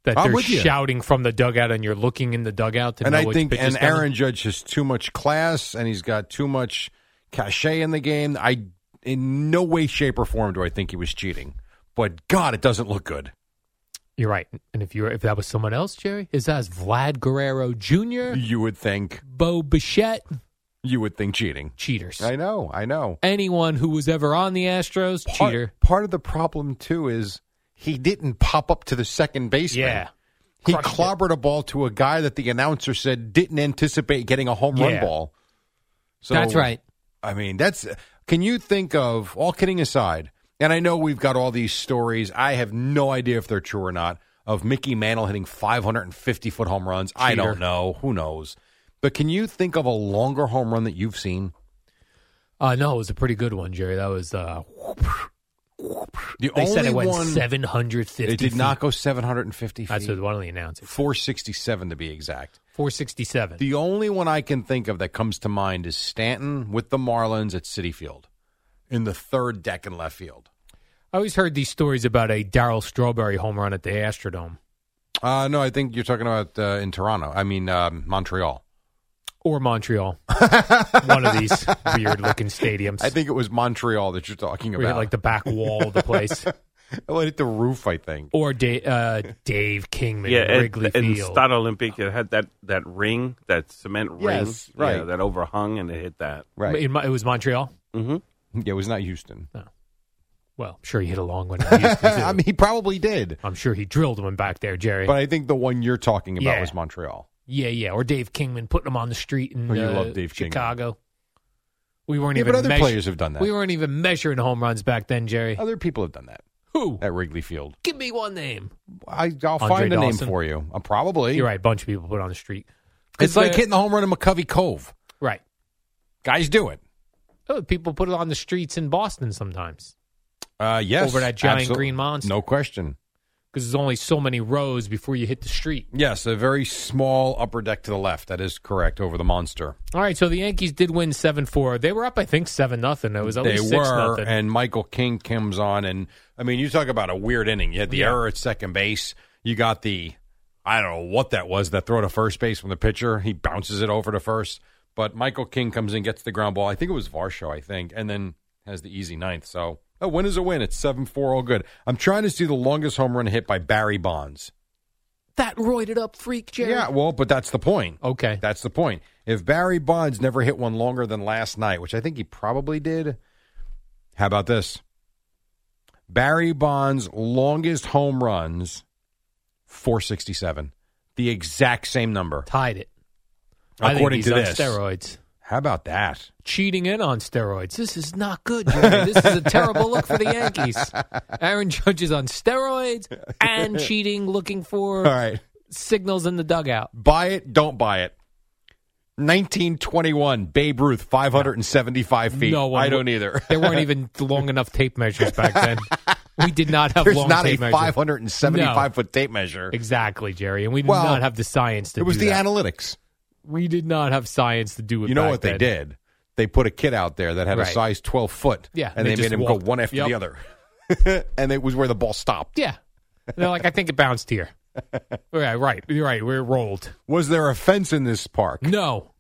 S2: that
S3: I'm
S2: they're
S3: with you.
S2: shouting from the dugout and you're looking in the dugout to
S3: and
S2: know
S3: I
S2: which
S3: think
S2: pitch
S3: and
S2: is coming.
S3: Aaron Judge has too much class and he's got too much cachet in the game. I in no way, shape, or form do I think he was cheating. But God, it doesn't look good.
S2: You're right. And if you were if that was someone else, Jerry, is that Vlad Guerrero Jr.,
S3: You would think
S2: Bo Bichette,
S3: you would think cheating.
S2: cheaters.
S3: I know, I know.
S2: Anyone who was ever on the Astros,
S3: Part-
S2: cheater.
S3: Part of the problem too is he didn't pop up to the second baseman.
S2: Yeah.
S3: He
S2: Crushed it.
S3: clobbered a ball to a guy that the announcer said didn't anticipate getting a home run
S2: Yeah.
S3: ball. So
S2: That's right.
S3: I mean, that's. Can you think of all kidding aside? And I know we've got all these stories. I have no idea if they're true or not. Of Mickey Mantle hitting 550 foot home runs. I
S2: Cheater.
S3: don't know. Who knows? But can you think of a longer home run that you've seen?
S2: Uh, no, it was a pretty good one, Jerry. That was uh,
S3: The
S2: they
S3: only
S2: said it went
S3: one.
S2: 750.
S3: It did not go 750 feet.
S2: That's what one of the announcers.
S3: 467 to be exact.
S2: 467.
S3: The only one I can think of that comes to mind is Stanton with the Marlins at City Field in the third deck in left field.
S2: I always heard these stories about a Daryl Strawberry home run at the Astrodome
S3: Uh, no, I think you're talking about uh, in Toronto. I mean um, Montreal.
S2: or Montreal. one of these weird looking stadiums.
S3: I think it was Montreal that you're talking
S2: we hit
S3: about.
S2: like the back wall of the place.
S3: well, it hit the roof, I think.
S2: Or da- uh, Dave Kingman,
S7: Yeah, and,
S2: Wrigley
S7: and
S2: Field.
S7: Stade Olympic it had that, that ring, that cement ring,
S3: Yes, right.
S7: yeah, that overhung, and it hit that.
S3: Right.
S2: In my- it was Montreal.
S7: Mm-hmm.
S3: Yeah, it was not Houston.
S2: Well, I'm sure he hit a long one. in Houston, too.
S3: I mean, he probably did,
S2: I'm sure he drilled one back there, Jerry.
S3: but I think the one you're talking about
S2: Yeah.
S3: was Montreal.
S2: yeah, yeah. Or Dave Kingman putting him on the street in
S3: Oh, you
S2: uh,
S3: love Dave Kingman.
S2: Chicago. We weren't
S3: Yeah,
S2: even
S3: but other
S2: measure-
S3: players have done that.
S2: We weren't even measuring home runs back then, Jerry.
S3: Other people have done that
S2: Who?
S3: at Wrigley Field.
S2: Give me one name.
S3: I, I'll
S2: Andre
S3: find a name
S2: Dawson.
S3: for you. Uh, probably.
S2: You're right. A bunch of people put on the street.
S3: It's like
S2: Uh,
S3: hitting the home run in McCovey Cove.
S2: Right.
S3: Guys do it.
S2: Oh, people put it on the streets in Boston sometimes
S3: Uh, yes.
S2: Over that giant
S3: absolute-
S2: green monster.
S3: No question.
S2: because there's only so many rows before you hit the street.
S3: Yes, a very small upper deck to the left. That is correct over the monster.
S2: All right. So the Yankees did win seven four. They were up, I think, seven nothing. It was at
S3: they
S2: least
S3: were,
S2: six nothing.
S3: and Michael King comes on, and I mean, you talk about a weird inning. You had the
S2: Yeah.
S3: error at second base. You got the, I don't know what that was, that throw to first base from the pitcher. He bounces it over to first, but Michael King comes in, gets the ground ball. I think it was Varsho, I think, and then has the easy ninth. So a win is a win. It's seven four, all good. I'm trying to see the longest home run hit by Barry Bonds.
S2: that roided up freak, Jerry.
S3: Yeah, well, but that's the point.
S2: Okay.
S3: That's the point. If Barry Bonds never hit one longer than last night, which I think he probably did, how about this? Barry Bonds' longest home runs, 467. The exact same number.
S2: Tied it. I
S3: According
S2: think he's
S3: to
S2: on
S3: this.
S2: steroids.
S3: How about that?
S2: Cheating in on steroids. This is not good. Jerry. this is a terrible look for the Yankees. Aaron Judge is on steroids and cheating, looking for
S3: All right.
S2: signals in the dugout.
S3: Buy it, don't buy it. 1921, Babe Ruth, 575 feet.
S2: No one
S3: I don't
S2: would-
S3: either.
S2: There weren't even long enough tape measures back then. We did not have
S3: There's
S2: long
S3: not a
S2: tape measures.
S3: 575
S2: No.
S3: foot tape measure.
S2: Exactly, Jerry. And we did
S3: Well,
S2: not have the science to
S3: It was
S2: do
S3: the
S2: that.
S3: analytics.
S2: we did not have science to do it.
S3: You know
S2: back
S3: what they
S2: then.
S3: did? They put a kid out there that had a
S2: Right.
S3: size 12 foot,
S2: Yeah,
S3: and
S2: they
S3: they,
S2: just
S3: made him
S2: walked.
S3: go one after
S2: Yep.
S3: the other. and it was where the ball stopped.
S2: Yeah. They're like, I think it bounced here. yeah, right. You're right. We're rolled.
S3: Was there a fence in this park?
S2: No.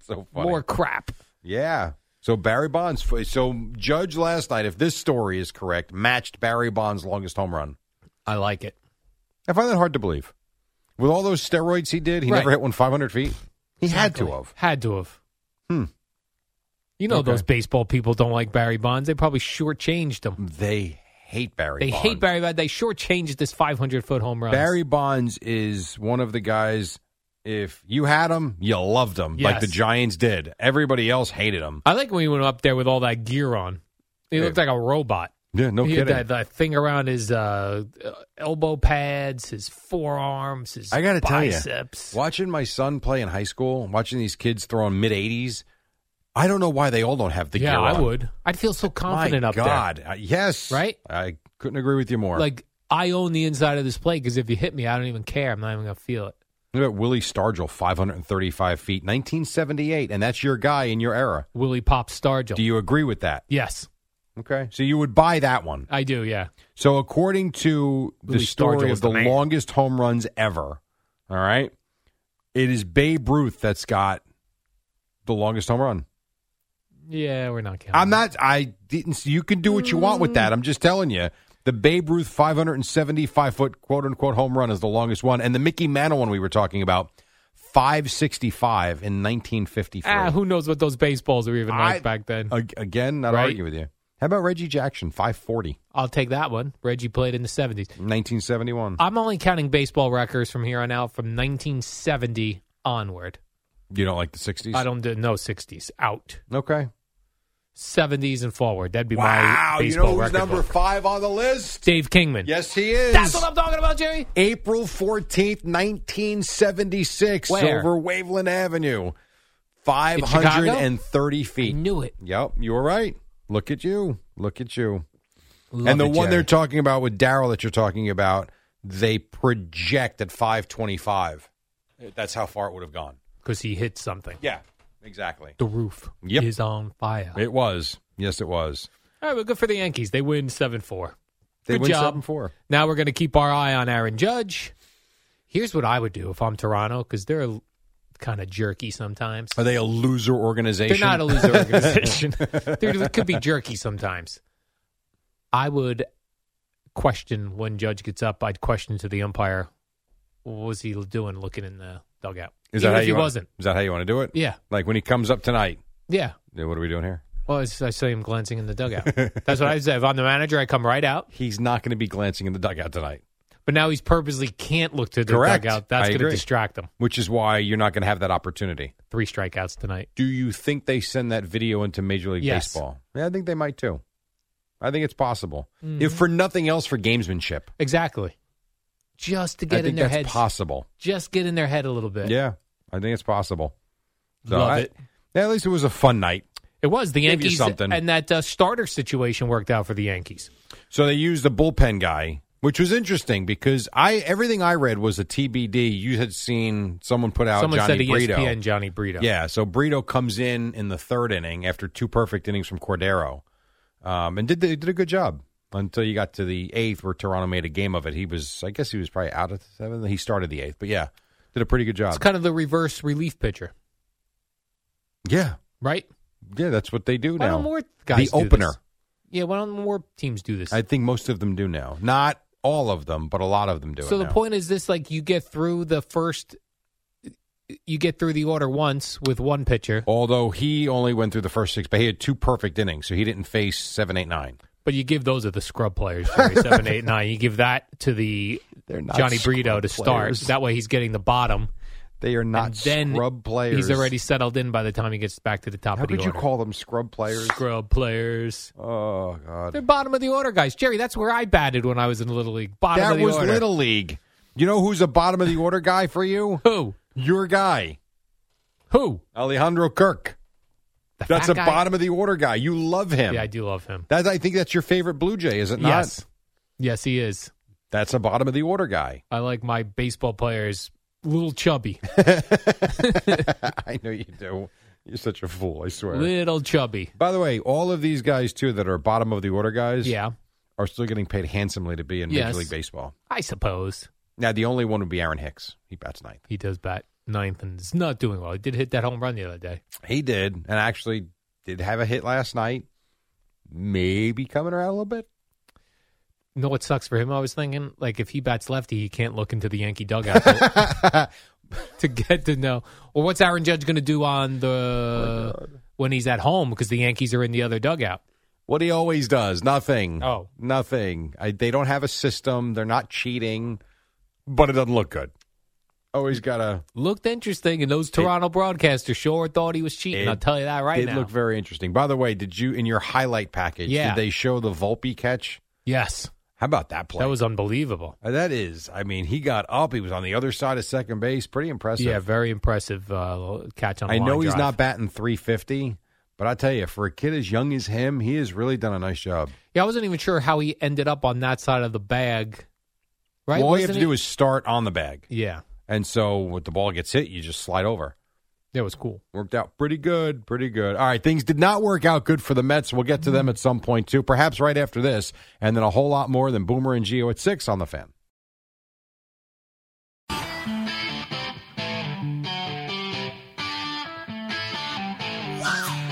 S3: so funny.
S2: More crap.
S3: Yeah. So Barry Bonds. So Judge last night, if this story is correct, matched Barry Bonds' longest home run.
S2: I like it.
S3: I find that hard to believe. With all those steroids he did, he
S2: Right.
S3: never hit one 500 feet. He had to have.
S2: Had to have.
S3: Hmm.
S2: You know
S3: Okay.
S2: those baseball people don't like Barry Bonds. They probably shortchanged him.
S3: They hate Barry.
S2: They
S3: Bonds.
S2: hate Barry Bonds. They shortchanged this 500 foot home run.
S3: Barry Bonds is one of the guys. If you had him, you loved him, like
S2: Yes.
S3: the Giants did. Everybody else hated him.
S2: I like when he went up there with all that gear on. He looked like a robot.
S3: Yeah, no
S2: he
S3: kidding.
S2: had that, that thing around his uh, uh, elbow pads, his forearms, his
S3: I got to tell you,
S2: biceps.
S3: watching my son play in high school, watching these kids throwing mid 80s, I don't know why they all don't have the
S2: yeah,
S3: gear.
S2: I
S3: on.
S2: would. I'd feel so confident
S3: my
S2: up
S3: God. Uh, yes.
S2: Right?
S3: I couldn't agree with you more.
S2: there. Like I own the inside of this plate because if you hit me, I don't even care. I'm not even gonna feel it.
S3: What about Willie Stargell, 535 feet, 1978, and that's your guy in your era.
S2: Willie Pop Stargell.
S3: Do you agree with that?
S2: yes,
S3: Okay. So you would buy that one.
S2: I do. Yeah,
S3: So according to the
S2: Willie Stargell
S3: story
S2: was
S3: of the,
S2: the man.
S3: longest home runs ever, all right, it is Babe Ruth that's got the longest home run.
S2: yeah. We're not counting.
S3: I'm not. I didn't. You can do what you want with that. I'm just telling you. The Babe Ruth 575 foot quote unquote home run is the longest one, and the Mickey Mantle one we were talking about, 565 in 1953.
S2: Ah, who knows what those baseballs were even like
S3: I- uh,
S2: back then?
S3: Ag- Again, not
S2: Right.
S3: argue with you. How about Reggie Jackson, 540,
S2: I'll take that one. Reggie played in the '70s.
S3: 1971?
S2: I'm only counting baseball records from here on out, from 1970 onward.
S3: You don't like the 60s?
S2: I don't do no '60s out.
S3: Okay.
S2: 70s and forward. That'd be
S3: Wow,
S2: my
S3: you
S2: baseball
S3: know who's
S2: record
S3: number
S2: book.
S3: five on the list?
S2: Dave Kingman.
S3: Yes, he is.
S2: That's what I'm talking about, Jerry.
S3: April 14th, 1976,
S2: Where?
S3: over Waveland Avenue.
S2: Chicago?
S3: 530
S2: I
S3: feet.
S2: knew it.
S3: Yep, you were right. Look at you. Look at you.
S2: Love
S3: and the
S2: it,
S3: one
S2: Jerry.
S3: they're talking about with Daryl that you're talking about, they project at 525. That's how far it would have gone.
S2: because he hit something.
S3: Yeah, exactly.
S2: The roof
S3: Yep.
S2: is on fire.
S3: It was. Yes, it was.
S2: All right, well, good for the Yankees. They win 7 4.
S3: They
S2: Good
S3: win
S2: job.
S3: 7 4.
S2: Now we're going to keep our eye on Aaron Judge. Here's what I would do if I'm Toronto because they're kind of jerky sometimes.
S3: Are they a loser
S2: They're
S3: organization?
S2: not a loser organization. they could be jerky sometimes. I would question when Judge gets up. I'd question to the umpire, what was he doing looking in the dugout?
S3: Is
S2: Even
S3: that how
S2: if he
S3: you want-
S2: wasn't?
S3: Is that how you want to do it?
S2: Yeah,
S3: Like when he comes up tonight,
S2: yeah.
S3: then what are we doing here?
S2: Well, I I see him glancing in the dugout. That's what I said. If I'm the manager, I come right out.
S3: He's not going to be glancing in the dugout tonight,
S2: But now he's purposely can't look to the
S3: Correct.
S2: dugout. That's
S3: I
S2: going to
S3: agree.
S2: distract him.
S3: which is why you're not going to have that opportunity.
S2: Three strikeouts tonight.
S3: Do you think they send that video into Major League
S2: Yes.
S3: Baseball? Yeah, I think they might too. I think it's possible.
S2: Mm-hmm.
S3: If for nothing else, for gamesmanship,
S2: Exactly. Just to
S3: I
S2: get
S3: think
S2: in their
S3: that's
S2: head.
S3: possible.
S2: Just get in their head a little bit.
S3: Yeah, I think it's possible. So
S2: Love
S3: I-
S2: it.
S3: yeah, at least it was a fun night.
S2: It was the
S3: Give you
S2: Yankees
S3: something.
S2: and that uh, starter situation worked out for the Yankees.
S3: So they used the bullpen guy, which was interesting because I everything I read was a TBD. You had seen someone put out
S2: Someone
S3: Johnny
S2: said E
S3: Brito.
S2: ESPN Johnny Brito.
S3: Yeah, so Brito comes in in the third inning after two perfect innings from Cordero, um, and did the, did a good job until you got to the eighth, where Toronto made a game of it. He was, I guess, he was probably out of the seventh. He started the eighth, but yeah, did a pretty good
S2: It's
S3: job.
S2: kind of the reverse relief pitcher,
S3: yeah,
S2: right?
S3: yeah, that's what they do
S2: Why
S3: now.
S2: don't more guys
S3: the
S2: do
S3: opener,
S2: this? Yeah, why don't more teams do this?
S3: I think most of them do now. Not all of them, but a lot of them do.
S2: so
S3: it
S2: the
S3: now.
S2: point is this like you get through the first you get through the order once with one pitcher,
S3: Although he only went through the first six, but he had two perfect innings, so he didn't face seven, eight, nine.
S2: but you give those are the scrub players, Jerry, seven, eight, nine. You give that to the
S3: not
S2: Johnny Brito to
S3: scrub
S2: start.
S3: players.
S2: That way he's getting the bottom.
S3: They are
S2: not then
S3: scrub
S2: He's
S3: players.
S2: already settled in by the time he gets back to the top
S3: How
S2: of the
S3: could you
S2: order.
S3: call them scrub players?
S2: Scrub players.
S3: Oh God!
S2: They're bottom of the order guys, Jerry. That's where I batted when I was in little league. Bottom
S3: that
S2: of the
S3: was
S2: order.
S3: little league. You know who's a bottom of the order guy for you?
S2: Who?
S3: Your guy.
S2: Who?
S3: Alejandro Kirk. That's
S2: fat
S3: a
S2: guy?
S3: bottom of the order guy. You love him.
S2: Yeah, I do love him.
S3: That I think that's your favorite Blue Jay, is it not?
S2: Yes. Yes, he is.
S3: That's a bottom of the order guy.
S2: I like my baseball players little chubby,
S3: I know you do. You're such a fool, I swear.
S2: little chubby.
S3: By the way, all of these guys too that are bottom of the order guys
S2: Yeah,
S3: are still getting paid handsomely to be in
S2: Yes.
S3: Major League Baseball.
S2: I suppose
S3: Now the only one would be Aaron Hicks. He bats ninth.
S2: he does bat ninth and is not doing well. He did hit that home run the other day.
S3: He did, and actually did have a hit last night. Maybe coming around a little bit.
S2: You know what sucks for him? I was thinking like if he bats lefty, he can't look into the Yankee dugout to, to get to know. Or what's Aaron Judge going to do on the
S3: Oh
S2: when he's at home because the Yankees are in the other dugout?
S3: What he always does, nothing.
S2: Oh.
S3: nothing. I, they don't have a system. They're not cheating, but it doesn't look good. Oh, Always gotta.
S2: Looked interesting, and those Toronto broadcasters sure thought he was cheating.
S3: It
S2: I'll tell you that right
S3: did
S2: now.
S3: look very interesting. By the way, did you in your highlight package?
S2: Yeah.
S3: Did they show the Volpe catch?
S2: yes,
S3: How about that play?
S2: that was unbelievable.
S3: Uh, That is, I mean, he got up. He was on the other side of second base. Pretty impressive.
S2: Yeah, very impressive uh, catch on. a
S3: I know
S2: line
S3: he's
S2: drive.
S3: not batting 350, but I tell you, for a kid as young as him, he has really done a nice job.
S2: Yeah, I wasn't even sure how he ended up on that side of the bag. Right?
S3: All you have
S2: Wasn't
S3: to
S2: he-
S3: do is start on the bag,
S2: yeah,
S3: and so when the ball gets hit, you just slide over.
S2: that was cool.
S3: Worked out pretty good, pretty good. All right, things did not work out good for the Mets. We'll get to them at some point too, perhaps right after this, and then a whole lot more than Boomer and Geo at six on the fan.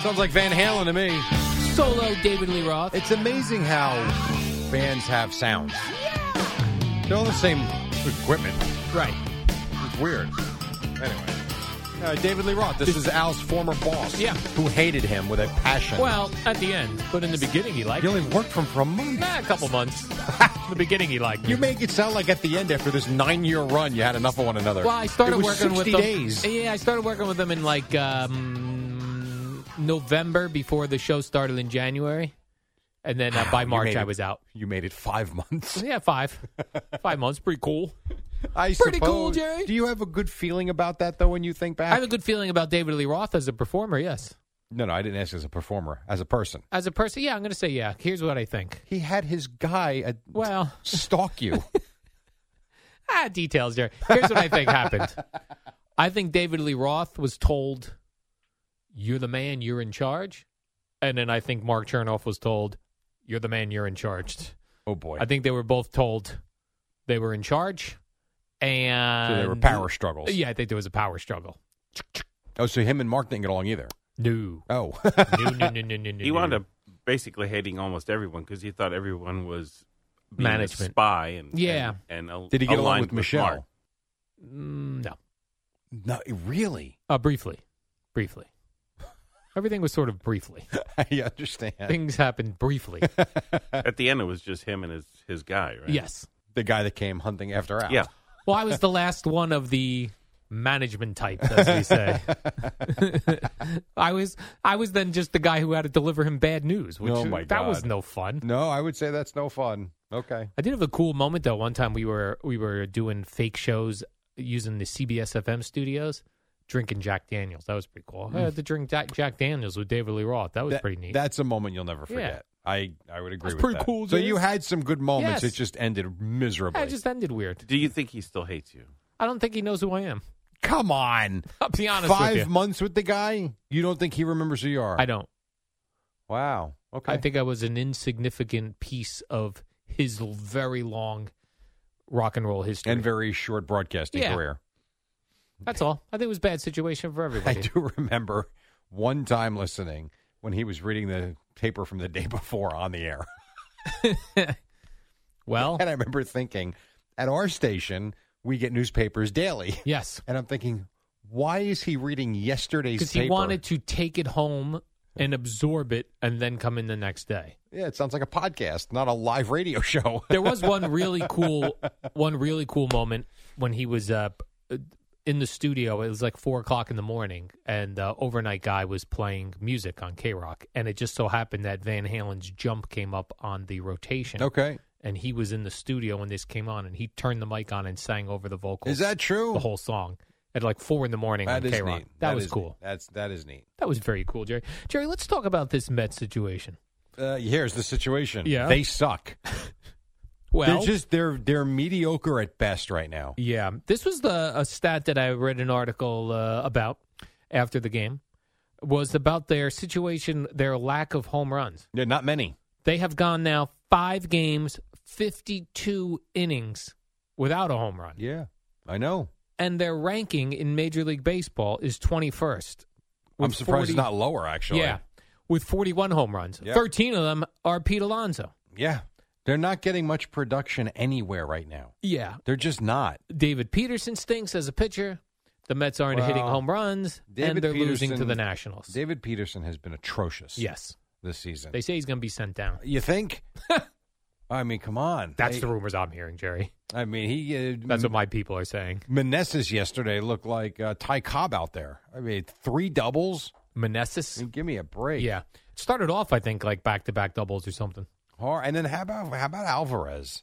S3: Sounds like Van Halen to me.
S2: Solo David Lee Roth.
S3: It's amazing how bands have sounds. They're all the same equipment.
S2: right.
S3: It's weird. Anyway. Uh, David Lee Roth, this is Al's former boss.
S2: Yeah.
S3: Who hated him with a passion.
S2: Well, at the end, but in the beginning, he liked.
S3: you
S2: it.
S3: only worked from for a month.
S2: Nah, a couple months. in the beginning, he liked.
S3: You
S2: it.
S3: make it sound like at the end, after this nine-year run, you had enough of one another.
S2: Well, I started
S3: it was
S2: working
S3: 60
S2: with them.
S3: days.
S2: Yeah, I started working with them in like um, November before the show started in January, and then uh, by
S3: Ah, You
S2: March
S3: made
S2: I
S3: it-
S2: was out.
S3: You made it five months.
S2: Yeah, five, five months, pretty cool.
S3: I
S2: Pretty cool,
S3: suppose-
S2: Jerry.
S3: Do you have a good feeling about that though? When you think back,
S2: I have a good feeling about David Lee Roth as a performer. Yes,
S3: no, no, I didn't ask as a performer, as a person.
S2: as a person, yeah, I'm going to say yeah. Here's what I think.
S3: He had his guy uh,
S2: Well,
S3: stalk you.
S2: ah, details there. Here's what I think happened. I think David Lee Roth was told, "You're the man. You're in charge," and then I think Mark Chernoff was told, "You're the man. You're in charge."
S3: oh boy,
S2: I think they were both told they were in charge, and
S3: so there were power struggles.
S2: Yeah, I think there was a power struggle.
S3: Oh, so him and Mark didn't get along either.
S2: No,
S3: Oh,
S2: no, no, no, no, no, no.
S7: He wound
S2: no.
S7: up basically hating almost everyone because he thought everyone was being a
S2: Management.
S7: spy and
S2: Yeah.
S7: And, and al-
S3: did he get along
S7: aligned
S3: with Michelle?
S7: Mark.
S2: Mm, no,
S3: No, really.
S2: uh, briefly, briefly. Everything was sort of briefly.
S3: I understand.
S2: Things happened briefly.
S7: At the end, it was just him and his his guy, right?
S2: Yes.
S3: The guy that came hunting after Al.
S7: Yeah.
S2: Well, I was the last one of the management type, as we say. I was I was then just the guy who had to deliver him bad news, which
S3: Oh, my
S2: that was
S3: God.
S2: no fun.
S3: No, I would say that's no fun. Okay.
S2: I did have a cool moment though. One time we were we were doing fake shows using the CBS FM studios, drinking Jack Daniels. That was pretty cool. I had to drink Jack, Jack Daniels with David Lee Roth. That was
S3: That-
S2: pretty neat.
S3: That's a moment you'll never forget.
S2: Yeah.
S3: I, I would agree
S2: That's
S3: with
S2: pretty
S3: that.
S2: cool,
S3: So
S2: James.
S3: you had some good moments.
S2: Yes.
S3: It just ended miserably.
S2: I just ended weird.
S7: Do you think he still hates you?
S2: I don't think he knows who I am.
S3: Come on.
S2: I'll be honest
S3: Five
S2: with you.
S3: months with the guy? You don't think he remembers who you are?
S2: I don't.
S3: Wow. Okay.
S2: I think I was an insignificant piece of his l- very long rock and roll history.
S3: and very short broadcasting
S2: Yeah.
S3: career.
S2: That's all. I think it was a bad situation for
S3: I
S2: everybody.
S3: do remember one time listening when he was reading the paper from the day before on the air.
S2: Well,
S3: And I remember thinking, at our station, we get newspapers daily.
S2: yes.
S3: And I'm thinking, Why is he reading yesterday's
S2: because
S3: paper?
S2: he wanted to take it home and absorb it and then come in the next day.
S3: Yeah, it sounds like a podcast, not a live radio show.
S2: There was one really cool, one really cool moment when he was uh, in the studio. It was like four o'clock in the morning, and the overnight guy was playing music on K Rock, and it just so happened that Van Halen's "Jump" came up on the rotation.
S3: Okay.
S2: and he was in the studio when this came on, and he turned the mic on and sang over the vocals.
S3: Is that true?
S2: The whole song at like four in the morning
S3: That
S2: on
S3: is
S2: K Rock.
S3: neat.
S2: That, was
S3: is
S2: cool.
S3: neat. That's that is neat.
S2: That was very cool, Jerry. Jerry, let's talk about this Met situation.
S3: Uh, here's the situation.
S2: Yeah.
S3: they suck.
S2: Well,
S3: they're just they're they're mediocre at best right now.
S2: yeah, this was the a stat that I read an article uh, about after the game was about their situation, their lack of home runs.
S3: Yeah, not many.
S2: They have gone now five games, fifty-two innings without a home run,
S3: Yeah, I know.
S2: and their ranking in Major League Baseball is twenty-first.
S3: I'm surprised it's not lower. Actually,
S2: Yeah, with forty-one home runs,
S3: Yeah.
S2: thirteen of them are Pete Alonso.
S3: yeah. They're not getting much production anywhere right now.
S2: Yeah,
S3: They're just not.
S2: David Peterson stinks as a pitcher. The Mets aren't
S3: Well,
S2: hitting home runs, and
S3: David
S2: they're losing to
S3: Peterson-
S2: the Nationals.
S3: David Peterson has been atrocious.
S2: yes,
S3: this season.
S2: they say he's going to be sent down.
S3: you think? I mean, come on.
S2: That's
S3: They-
S2: the rumors I'm hearing, Jerry.
S3: I mean, he. Uh,
S2: That's what my people are saying.
S3: Meneses yesterday looked like uh, Ty Cobb out there. I mean, three doubles. I
S2: Manessis,
S3: mean, give me a break.
S2: yeah, It started off I think like back to back doubles or something.
S3: Hor- And then how about how about Alvarez?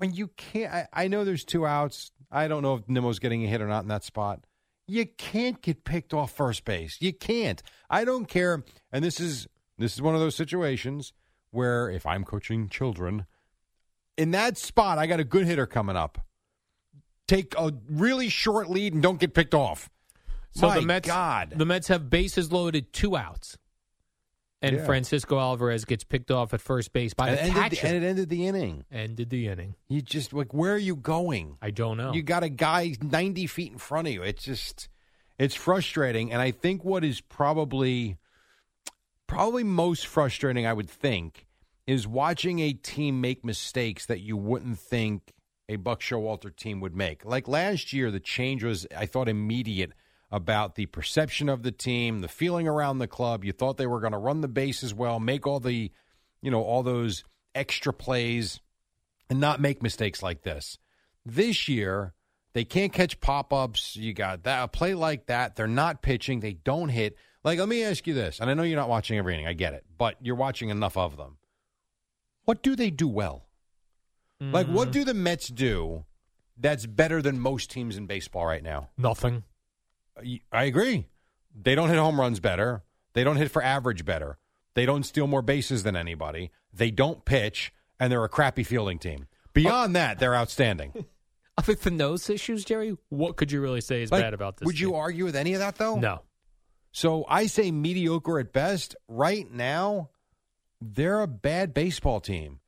S3: I mean, you can't. I, I know there's two outs. I don't know if Nimmo's getting a hit or not in that spot. You can't get picked off first base. You can't. I don't care. And this is this is one of those situations where if I'm coaching children, in that spot, I got a good hitter coming up. Take a really short lead and don't get picked off.
S2: So
S3: My
S2: the Mets,
S3: God.
S2: the Mets have bases loaded, two outs, and
S3: Yeah.
S2: Francisco Alvarez gets picked off at first base by
S3: and,
S2: the
S3: it ended the,
S2: catcher.
S3: and it ended the inning.
S2: Ended the inning.
S3: You just like, where are you going?
S2: I don't know.
S3: You got a guy 90 feet in front of you. It's just, it's frustrating. And I think what is probably, probably most frustrating, I would think, is watching a team make mistakes that you wouldn't think a Buck Showalter team would make. Like last year, the change was, I thought, immediate about the perception of the team, the feeling around the club. You thought they were going to run the bases well, make all the, you know, all those extra plays and not make mistakes like this. This year, they can't catch pop ups. You got that a play like that. They're not pitching. They don't hit. Like, let me ask you this, and I know you're not watching every inning. I get it, but you're watching enough of them. What do they do well? Like, what do the Mets do that's better than most teams in baseball right now?
S2: Nothing.
S3: I I agree. They don't hit home runs better. They don't hit for average better. They don't steal more bases than anybody. They don't pitch, and they're a crappy fielding team. Beyond that, they're outstanding.
S2: Other than those issues, Jerry, what could you really say is
S3: Like,
S2: bad about this?
S3: Would you
S2: team?
S3: argue with any of that though?
S2: No.
S3: So I say mediocre at best. Right now, they're a bad baseball team.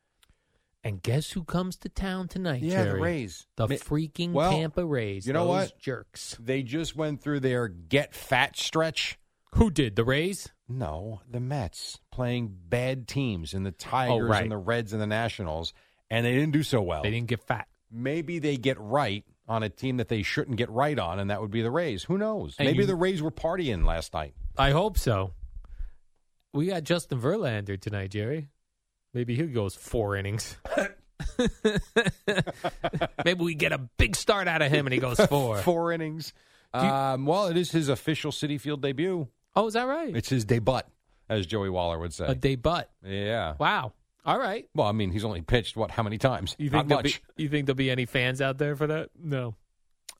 S2: And guess who comes to town tonight?
S3: Yeah, the
S2: Jerry?
S3: Rays.
S2: the
S3: Mi-
S2: freaking
S3: well,
S2: Tampa Rays.
S3: you know
S2: those
S3: what?
S2: Jerks.
S3: They just went through their get fat stretch.
S2: Who did the Rays?
S3: No, the Mets playing bad teams and the Tigers
S2: Oh, right.
S3: and the Reds and the Nationals, and they didn't do so well.
S2: They didn't get fat.
S3: Maybe they get right on a team that they shouldn't get right on, and that would be the Rays. Who knows?
S2: And
S3: Maybe
S2: you-
S3: the Rays were partying last night.
S2: I hope so. We got Justin Verlander tonight, Jerry. Maybe he goes four innings. Maybe we get a big start out of him and he goes four.
S3: Four innings.
S2: you-
S3: Um, well, it is his official City Field debut.
S2: Oh, is that right?
S3: It's his debut, as Joey Waller would say.
S2: a day butt.
S3: yeah.
S2: Wow. All right.
S3: Well, I mean, he's only pitched what? How many times?
S2: You think,
S3: Not
S2: there'll be,
S3: much.
S2: you think there'll be any fans out there for that? No.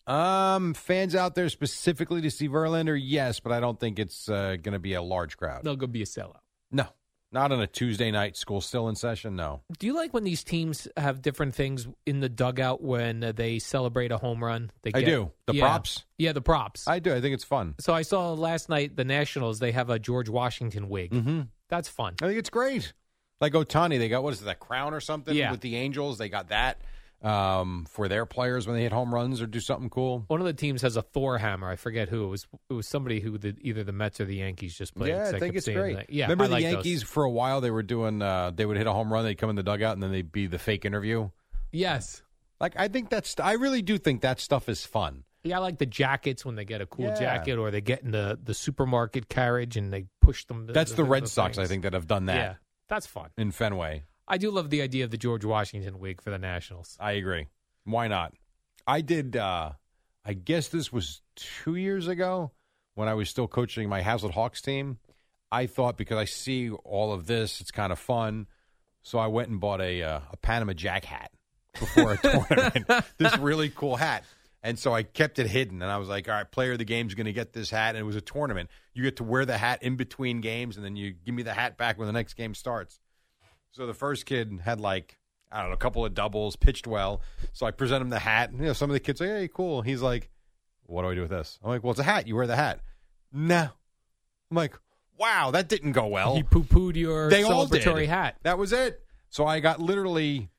S3: Um, fans out there specifically to see Verlander, yes, but I don't think it's uh, going to be a large crowd.
S2: They'll go be a sellout.
S3: No. not on a Tuesday night. School still in session. No,
S2: Do you like when these teams have different things in the dugout when uh, they celebrate a home run? They
S3: I do. The
S2: Yeah.
S3: props?
S2: Yeah, the props.
S3: I do. I think it's fun.
S2: so I saw last night the Nationals. They have a George Washington wig.
S3: Mm-hmm.
S2: That's fun.
S3: I think it's great. Like Otani, they got what is it, that crown or something
S2: Yeah.
S3: with the Angels? They got that um, for their players when they hit home runs or do something cool.
S2: One of the teams has a Thor hammer. I forget who it was. It was somebody who the, either the Mets or the Yankees just played.
S3: Yeah,
S2: So
S3: I think
S2: kept
S3: it's
S2: seeing
S3: great.
S2: that. Yeah,
S3: remember
S2: I like
S3: the
S2: those.
S3: Yankees for a while? They were doing. Uh, they would hit a home run. They'd come in the dugout and then they'd be the fake interview.
S2: Yes,
S3: Like I think that's. I really do think that stuff is fun.
S2: Yeah, I like the jackets when they get a cool
S3: Yeah.
S2: jacket or they get in the, the supermarket carriage and they push them.
S3: That's the, Red Sox, I
S2: things.
S3: think, that have done that.
S2: Yeah, that's fun.
S3: In Fenway.
S2: I do love the idea of the George Washington wig for the Nationals.
S3: I agree. Why not? I did. Uh, I guess this was two years ago when I was still coaching my Hazlitt Hawks team. I thought because I see all of this, it's kind of fun. So I went and bought a uh, a Panama Jack hat before a tournament. this really cool hat. And so I kept it hidden, and I was like, "All right, player of the game's going to get this hat." And it was a tournament. You get to wear the hat in between games, and then you give me the hat back when the next game starts. So the first kid had like I don't know a couple of doubles, pitched well. So I present him the hat. And, you know, some of the kids like, "Hey, cool." He's like, "What do I do with this?" I'm like, "Well, it's a hat. You wear the hat." No. I'm like, "Wow, that didn't go well."
S2: He poo pooed your
S3: Oh. they all did.
S2: celebratory hat.
S3: That was it. So I got literally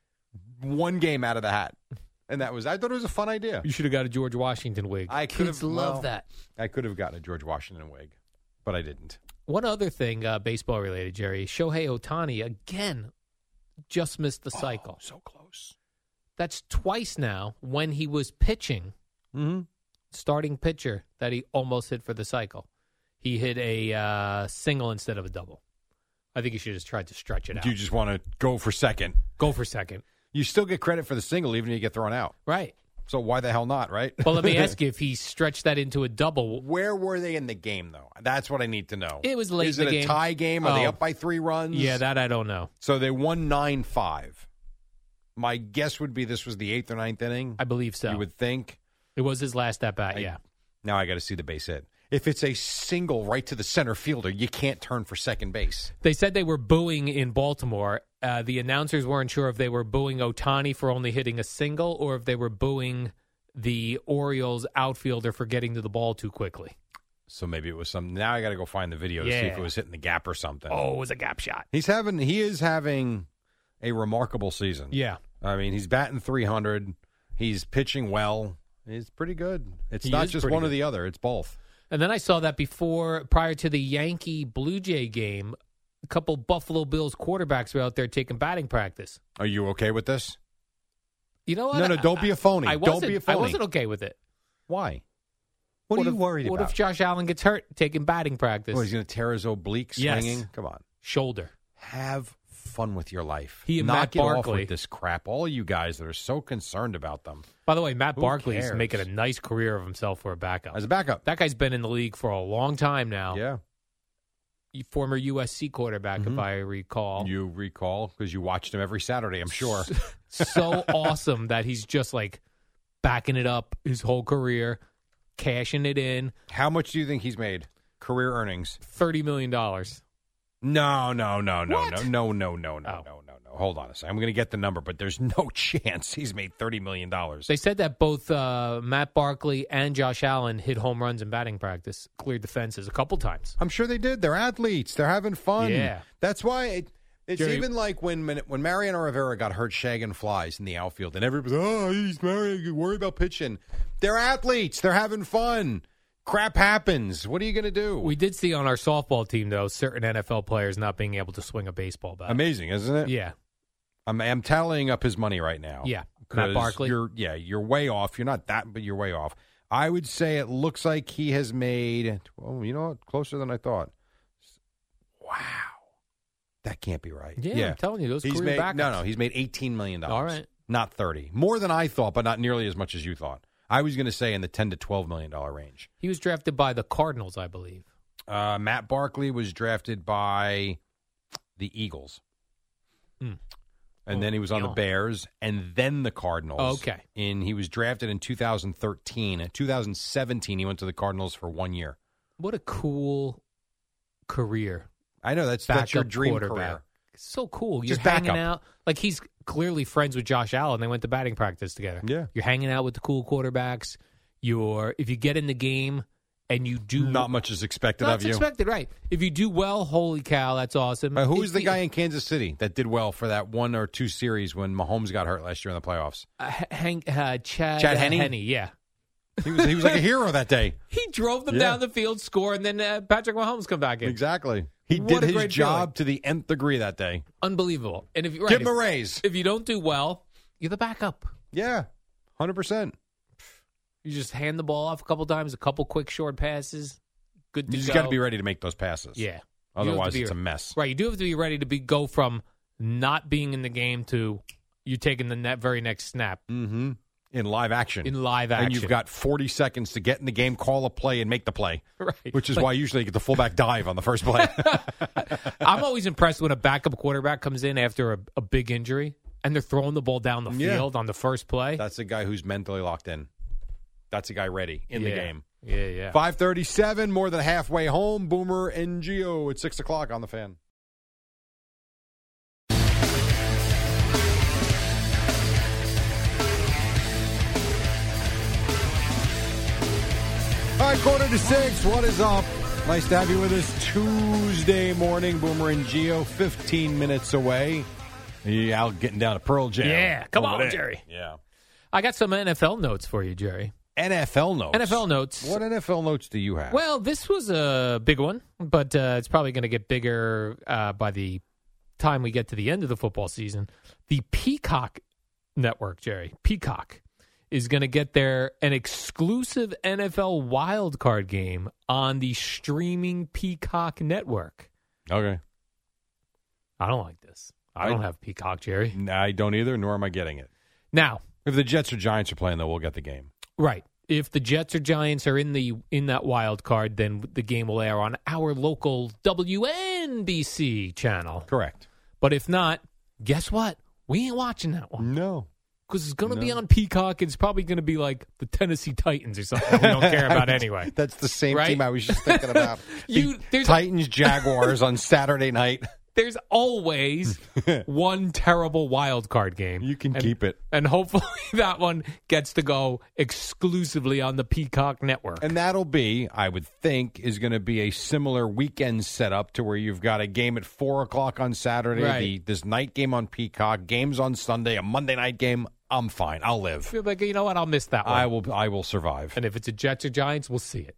S3: one game out of the hat, and that was. I thought it was a fun idea.
S2: You should have got a George Washington wig.
S3: I could
S2: Kids
S3: have,
S2: love
S3: well,
S2: that.
S3: I could have gotten a George Washington wig, but I didn't.
S2: One other thing, uh, baseball related, Jerry Shohei Otani again just missed the cycle.
S3: Oh, so close.
S2: That's twice now when he was pitching,
S3: Mm-hmm.
S2: starting pitcher, that he almost hit for the cycle. He hit a uh, single instead of a double. I think he should have just tried to stretch it out.
S3: You just want to go for second.
S2: Go for second.
S3: You still get credit for the single, even if you get thrown out.
S2: Right.
S3: So why the hell not? Right.
S2: Well, let me ask you if he stretched that into a double.
S3: Where were they in the game, though? That's what I need to know.
S2: It was late
S3: Is
S2: in
S3: it
S2: the
S3: a
S2: game.
S3: tie game? Are they
S2: Oh.
S3: up by three runs?
S2: Yeah, that I don't know.
S3: So they won nine five. My guess would be this was the eighth or ninth inning.
S2: I believe so.
S3: You would think.
S2: It was his last at bat,
S3: I-
S2: yeah.
S3: Now I got to see the base hit. If it's a single right to the center fielder, you can't turn for second base.
S2: They said they were booing in Baltimore. Uh, the announcers weren't sure if they were booing Otani for only hitting a single or if they were booing the Orioles outfielder for getting to the ball too quickly.
S3: So maybe it was some. Now I got to go find the video to see if
S2: Yeah.
S3: it was hitting the gap or something.
S2: Oh, it was a gap shot.
S3: he's having. He is having a remarkable season.
S2: Yeah.
S3: I mean, he's batting 300. He's pitching well. He's pretty good. It's
S2: He
S3: not
S2: is
S3: just
S2: pretty
S3: one or
S2: good.
S3: the other. It's both.
S2: And then I saw that before, prior to the Yankee Blue Jay game, a couple Buffalo Bills quarterbacks were out there taking batting practice.
S3: Are you okay with this?
S2: You know what?
S3: No, no,
S2: I-
S3: don't be a phony.
S2: I
S3: Don't be
S2: wasn't-
S3: a phony.
S2: I wasn't okay with it.
S3: Why? What, are you
S2: if,
S3: worried
S2: what
S3: about?
S2: if Josh Allen gets hurt taking batting practice?
S3: Oh, he's going to tear his oblique
S2: Yes.
S3: swinging. Come on,
S2: Shoulder.
S3: have fun with your life.
S2: He and
S3: Knock
S2: Matt
S3: it off
S2: Barkley.
S3: with this crap. All you guys that are so concerned about them
S2: By the way, Matt
S3: Who
S2: Barkley is
S3: cares?
S2: making a nice career of himself for a backup.
S3: as a backup.
S2: That guy's been in the league for a long time now.
S3: yeah, Mm-hmm.
S2: Former USC quarterback, if I recall.
S3: you recall because you watched him every Saturday. I'm sure.
S2: so awesome that he's just like backing it up his whole career, cashing it in.
S3: How much do you think he's made career earnings?
S2: $30 million. I
S3: No, no, no, no, no, no, no, no, no,
S2: Oh.
S3: no, no, no. Hold on a second. I'm going to get the number, but there's no chance he's made thirty million dollars.
S2: They said that both uh, Matt Barkley and Josh Allen hit home runs in batting practice, cleared the fences a couple times.
S3: I'm sure they did. They're athletes. They're having fun.
S2: Yeah.
S3: That's why it, it's
S2: Jerry-
S3: even like when Min- when Mariano Rivera got hurt shagging flies in the outfield, and everybody's oh he's Mariano, worry about pitching. They're athletes. They're having fun. Crap happens. What are you going to do?
S2: We did see on our softball team, though, certain NFL players not being able to swing a baseball bat.
S3: Amazing, isn't it?
S2: yeah.
S3: I'm, I'm tallying up his money right now.
S2: Yeah. Matt
S3: 'Cause
S2: Barkley.
S3: You're, yeah, you're way off. You're not that, but you're way off. I would say it looks like he has made, oh, you know what? Closer than I thought. Wow. That can't be right.
S2: Yeah, I'm telling you, those
S3: he's
S2: career
S3: made, No,
S2: backups.
S3: no, he's made $18 million.
S2: All right.
S3: Not 30. More than I thought, but not nearly as much as you thought. I was going to say in the 10 to $12 million range.
S2: He was drafted by the Cardinals, I believe.
S3: Uh, Matt Barkley was drafted by the Eagles.
S2: Hmm.
S3: And
S2: Oh,
S3: then he was on the
S2: yeah.
S3: Bears and then the Cardinals.
S2: Oh, Okay.
S3: And he was drafted in 2013. In 2017, he went to the Cardinals for one year.
S2: What a cool career.
S3: I know that's,
S2: Backup
S3: that's your dream
S2: quarterback.
S3: career.
S2: So cool. You're
S3: Just
S2: hanging
S3: backup.
S2: out. Like he's clearly friends with Josh Allen. They went to batting practice together.
S3: Yeah.
S2: You're hanging out with the cool quarterbacks. You're if you get in the game and you do
S3: Not much is expected
S2: That's
S3: of you.
S2: expected, right? If you do well, holy cow, that's awesome.
S3: Uh, who
S2: If
S3: was the guy in Kansas City that did well for that one or two series when Mahomes got hurt last year in the playoffs?
S2: uh, H- Hank uh, Chad,
S3: Chad
S2: uh,
S3: Henne?
S2: Yeah,
S3: He was, he was like a hero that day.
S2: he drove them
S3: Yeah.
S2: down the field, score, and then uh, Patrick Mahomes come back in.
S3: Exactly. He
S2: What a
S3: did his
S2: great
S3: job to the nth degree that day.
S2: Unbelievable. And if you're
S3: Give
S2: right,
S3: him a
S2: if-
S3: raise.
S2: if you don't do well, you're the backup.
S3: Yeah, hundred percent.
S2: You just hand the ball off a couple times, a couple quick short passes. Good. To
S3: You just
S2: go.
S3: got to be ready to make those passes.
S2: Yeah. You have to
S3: Otherwise,
S2: be
S3: it's a
S2: re-
S3: mess.
S2: Right. You do have to be ready to be go from not being in the game to you taking the net very next snap.
S3: Mm-hmm. In live action.
S2: In live
S3: And you've
S2: action.
S3: got 40 seconds to get in the game, call a play, and make the play.
S2: Right.
S3: Which is why usually you get the fullback dive on the first play.
S2: I'm always impressed when a backup quarterback comes in after a, a big injury and they're throwing the ball down the
S3: Yeah.
S2: field on the first play.
S3: That's a guy who's mentally locked in. That's a guy ready in the
S2: Yeah.
S3: game.
S2: Yeah, yeah.
S3: 537, more than halfway home. Boomer NGO at 6 o'clock on the fan. All right, quarter to six. What is up? Nice to have you with us Tuesday morning. Boomer and Geo, 15 minutes away. Yeah, out getting down to Pearl Jam.
S2: Yeah, come
S3: Over
S2: on,
S3: there.
S2: Jerry.
S3: Yeah.
S2: I got some NFL notes for you, Jerry.
S3: NFL notes.
S2: NFL notes.
S3: What NFL notes do you have?
S2: Well, this was a big one, but uh, it's probably going to get bigger uh, by the time we get to the end of the football season. The Peacock Network, Jerry, Peacock, is going to get their an exclusive NFL wildcard game on the streaming Peacock Network.
S3: okay.
S2: I don't like this. I
S3: I-
S2: don't have Peacock, Jerry.
S3: I don't either, nor am I getting it.
S2: Now,
S3: If the Jets or Giants are playing, though, we'll get the game.
S2: Right. If the Jets or Giants are in the in that wild card, then the game will air on our local WNBC channel.
S3: Correct.
S2: But if not, guess what? We ain't watching that one.
S3: No.
S2: Because it's going to be
S3: No.
S2: on Peacock. It's probably going to be like the Tennessee Titans or something we don't care about anyway.
S3: That's the same
S2: Right?
S3: team I was just thinking about.
S2: You-
S3: The
S2: there's-
S3: Titans Jaguars on Saturday night.
S2: There's always one terrible wild card game. You
S3: can keep it.
S2: And hopefully that one gets to go exclusively on the Peacock network.
S3: And that'll be, I would think, is going to be a similar weekend setup to where you've got a game at four o'clock on Saturday,
S2: Right.
S3: the, this night game on Peacock, games on Sunday, a Monday night game. I'm fine. I'll
S2: I
S3: live.
S2: feel like, you know what? I'll miss that one.
S3: I will. I will survive.
S2: And if it's a Jets or Giants, we'll see it.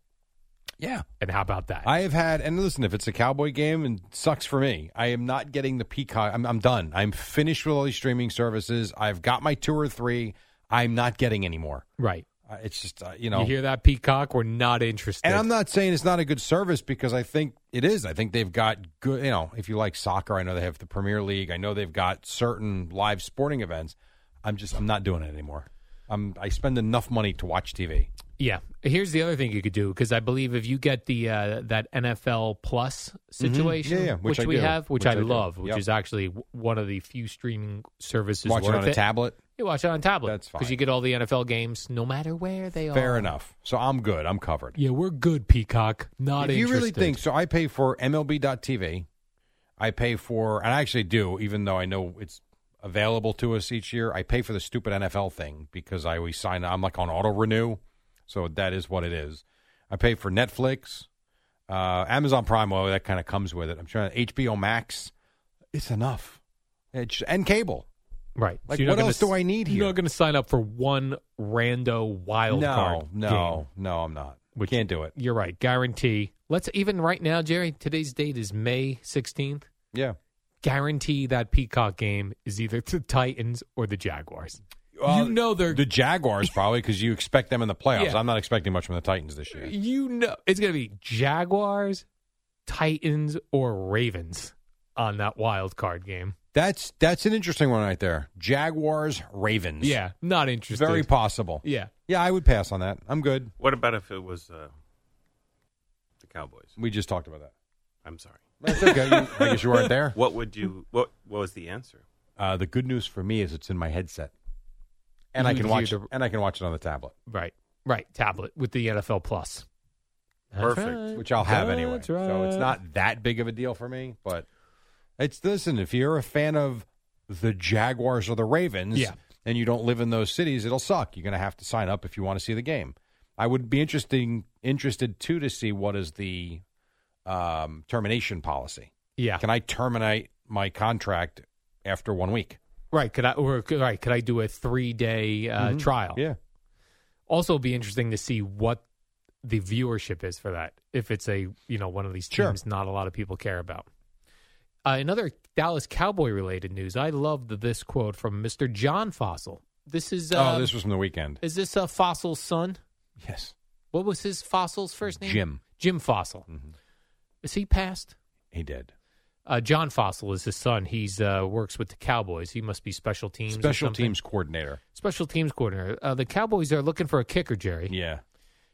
S3: Yeah.
S2: And how about that?
S3: I have had, and listen, if it's a Cowboy game and sucks for me, I am not getting the Peacock. I'm, I'm done. I'm finished with all these streaming services. I've got my two or three. I'm not getting any more.
S2: right.
S3: Uh, It's just, uh, you
S2: You,
S3: know.
S2: hear that, Peacock? We're not interested.
S3: and I'm not saying it's not a good service because I think it is. I think they've got good, you know, if you like soccer, I know they have the Premier League. I know they've got certain live sporting events. I'm just, I'm not doing it anymore. I'm, I spend enough money to watch TV.
S2: Yeah. Here's the other thing you could do because I believe if you get the uh, that NFL Plus situation,
S3: Mm-hmm. Yeah, yeah, which
S2: which,
S3: I
S2: we
S3: do.
S2: have, which,
S3: Which
S2: I,
S3: I do.
S2: love, which
S3: Yep.
S2: is actually w- one of the few streaming services
S3: Watch it
S2: worth
S3: on a tablet.
S2: You watch it on tablet.
S3: That's fine.
S2: because you get all the NFL games no matter where they are.
S3: Fair enough. So I'm good. I'm covered.
S2: Yeah, we're good, Peacock. Not
S3: if you
S2: interested.
S3: really think so i pay for mlb.tv i pay for and i actually do even though i know it's available to us each year i pay for the stupid nfl thing because i always sign i'm like on auto renew so that is what it is i pay for netflix uh, amazon prime well that kind of comes with it i'm trying hbo max it's enough it's, and cable
S2: right?
S3: like,
S2: So you're not
S3: what
S2: gonna
S3: else
S2: s-
S3: do I need
S2: You're
S3: here?
S2: not going to sign up for one rando wild card game.
S3: no no no i'm not we can't do it
S2: You're right. Guarantee. Let's even right now, Jerry. Today's date is May 16th.
S3: yeah
S2: Guarantee that Peacock game is either the Titans or the Jaguars.
S3: Well,
S2: you know they're.
S3: Uh, the jaguars probably because you expect them in the playoffs
S2: Yeah.
S3: i'm not expecting much from the titans this year
S2: you know it's going to be Jaguars, Titans, or Ravens on that wild card game.
S3: That's that's an interesting one right there. Jaguars Ravens.
S2: Yeah, not interested.
S3: very possible.
S2: Yeah.
S3: Yeah, I would pass on that. I'm good.
S7: What about if it was uh, the Cowboys?
S3: We just talked about that.
S7: I'm sorry.
S3: That's okay. You- I guess you weren't there.
S7: What would you? What, what was the answer?
S3: Uh, the good news for me is it's in my headset, and I
S2: You
S3: can
S2: view
S3: watch
S2: the-
S3: and I can watch it on the tablet,
S2: Right. Right. Tablet with the NFL Plus. That's
S7: Perfect.
S2: right.
S3: which I'll have anyway.
S2: That's
S3: So it's
S2: right.
S3: not that big of a deal for me. But it's listen, if you're a fan of the Jaguars or the Ravens,
S2: Yeah.
S3: and you don't live in those cities, it'll suck. You're going to have to sign up if you want to see the game. I would be interesting interested too to see what is the um, termination policy.
S2: Yeah.
S3: Can I terminate my contract after one week?
S2: Right. Could I or could- right? Could I do a three day uh,
S3: Mhm.
S2: trial?
S3: Yeah.
S2: Also, it'd be interesting to see what the viewership is for that. If it's a you know one of these
S3: Sure.
S2: teams, not a lot of people care about. Uh, another Dallas Cowboy related news. I love the, this quote from Mister John Fossil. This is uh,
S3: oh, this was from the weekend.
S2: is this uh, Fossil's son?
S3: Yes.
S2: What was his fossil's first name?
S3: Jim. Mm-hmm.
S2: Jim Fossil. Is he passed?
S3: He did.
S2: Uh, John Fossil is his son. He's uh, works with the Cowboys. He must be special teams. or
S3: Special
S2: something.
S3: teams coordinator.
S2: Special teams coordinator. Uh, the Cowboys are looking for a kicker, Jerry.
S3: Yeah.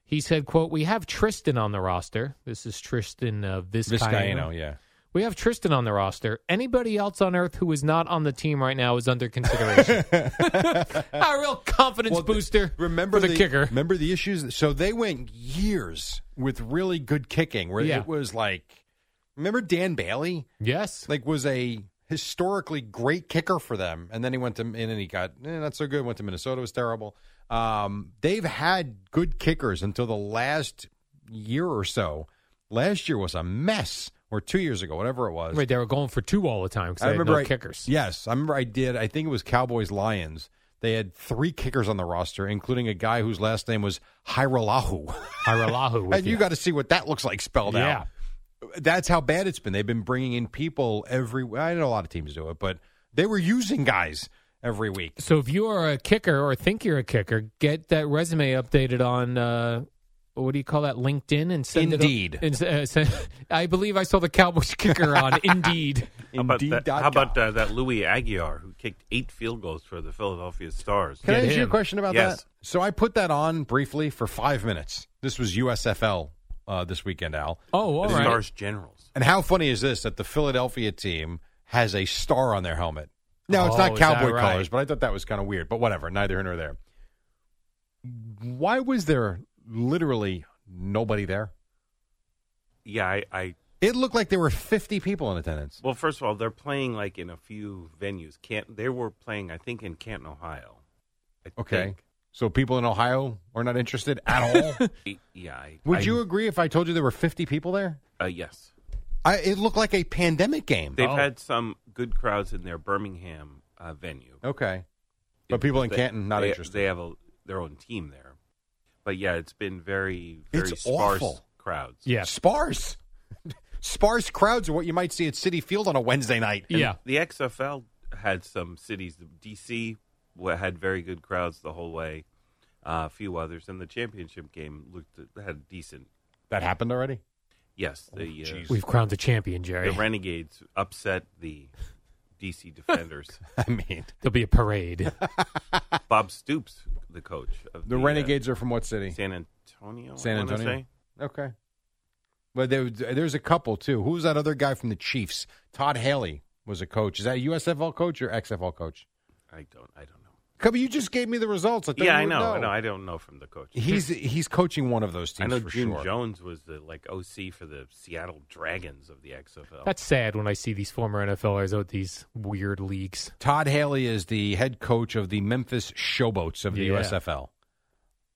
S2: He said, "quote We have Tristan on the roster. This is Tristan uh, Vizcaino.
S3: Vizcaino, yeah.
S2: We have Tristan on the roster. Anybody else on earth who is not on the team right now is under consideration. a real confidence booster.
S3: Remember
S2: for the, kicker.
S3: Remember the issues. So they went years with really good kicking, where
S2: Yeah.
S3: it was like, remember Dan Bailey?
S2: Yes,
S3: like was a historically great kicker for them, and then he went to and then he got eh, not so good. Went to Minnesota was terrible. Um, they've had good kickers until the last year or so. Last year was a mess, or two years ago, whatever it was.
S2: Right, they were going for two all the time because they
S3: I remember
S2: had
S3: I-
S2: no kickers.
S3: Yes, I remember I did. I think it was Cowboys Lions. They had three kickers on the roster, including a guy whose last name was Hiralahu.
S2: Hiralahu, with
S3: and you
S2: you.
S3: got to see what that looks like spelled
S2: Yeah.
S3: out. That's how bad it's been. They've been bringing in people every. I know a lot of teams do it, but they were using guys every week.
S2: So if you are a kicker or think you're a kicker, get that resume updated on uh, what do you call that? LinkedIn and send
S3: Indeed.
S2: It up, and, uh, send, I believe I saw the Cowboys kicker on Indeed.
S7: How about that, how about uh, that Louis Aguiar who kicked eight field goals for the Philadelphia Stars?
S3: Can I ask you a question about
S7: yes.
S3: that? So I put that on briefly for five minutes. This was USFL uh, this weekend, Al.
S2: Oh, all
S7: The
S2: right.
S7: Stars Generals.
S3: And how funny is this that the Philadelphia team has a star on their helmet? No, it's
S2: Oh,
S3: not
S2: is that
S3: cowboy
S2: right?
S3: colors, but I thought that was kind of weird. But whatever, neither here nor there. Why was there literally nobody there?
S7: Yeah, I, I
S3: It looked like there were 50 people in attendance.
S7: well, first of all, they're playing like in a few venues. Can't they were playing? I think in Canton, Ohio. I
S3: Okay.
S7: think.
S3: So people in Ohio are not interested at all?
S7: Yeah. I,
S3: Would
S7: I-
S3: you agree if I told you there were 50 people there?
S7: Uh, yes.
S3: I, it looked like a pandemic game.
S7: They've had some good crowds in their Birmingham uh, venue.
S3: Okay. But people in
S7: They-
S3: Canton, not
S7: they,
S3: interested.
S7: They have a, their own team there. But yeah, it's been very, very
S3: It's
S7: sparse
S3: awful.
S7: crowds.
S2: Yeah.
S3: Sparse. Sparse crowds are what you might see at City Field on a Wednesday night.
S7: And
S2: Yeah.
S7: The XFL had some cities. DC wa- had very good crowds the whole way. Uh, a few others, and the championship game looked had decent.
S3: That happened already?
S7: Yes,
S3: Oh,
S7: the uh,
S2: We've crowned a champion, Jerry.
S7: the Renegades upset the DC Defenders.
S3: I mean,
S2: There'll be a parade.
S7: Bob Stoops, the coach of
S3: the
S7: uh,
S3: Renegades are from what city?
S7: San Antonio. I
S3: San
S7: wanna
S3: Antonio.
S7: say.
S3: Okay. But there, there's a couple too. Who's that other guy from the Chiefs? Todd Haley was a coach. Is that a USFL coach or XFL coach?
S7: I don't. I don't know.
S3: Come, you just gave me the results. I thought
S7: yeah,
S3: you
S7: I
S3: would
S7: know. I know. I don't know from the coach.
S3: He's he's coaching one of those
S7: I
S3: teams
S7: know
S3: for
S7: June
S3: sure.
S7: Jones was the like OC for the Seattle Dragons of the XFL.
S2: That's sad when I see these former NFLers out these weird leagues.
S3: Todd Haley is the head coach of the Memphis Showboats of the
S2: Yeah.
S3: USFL.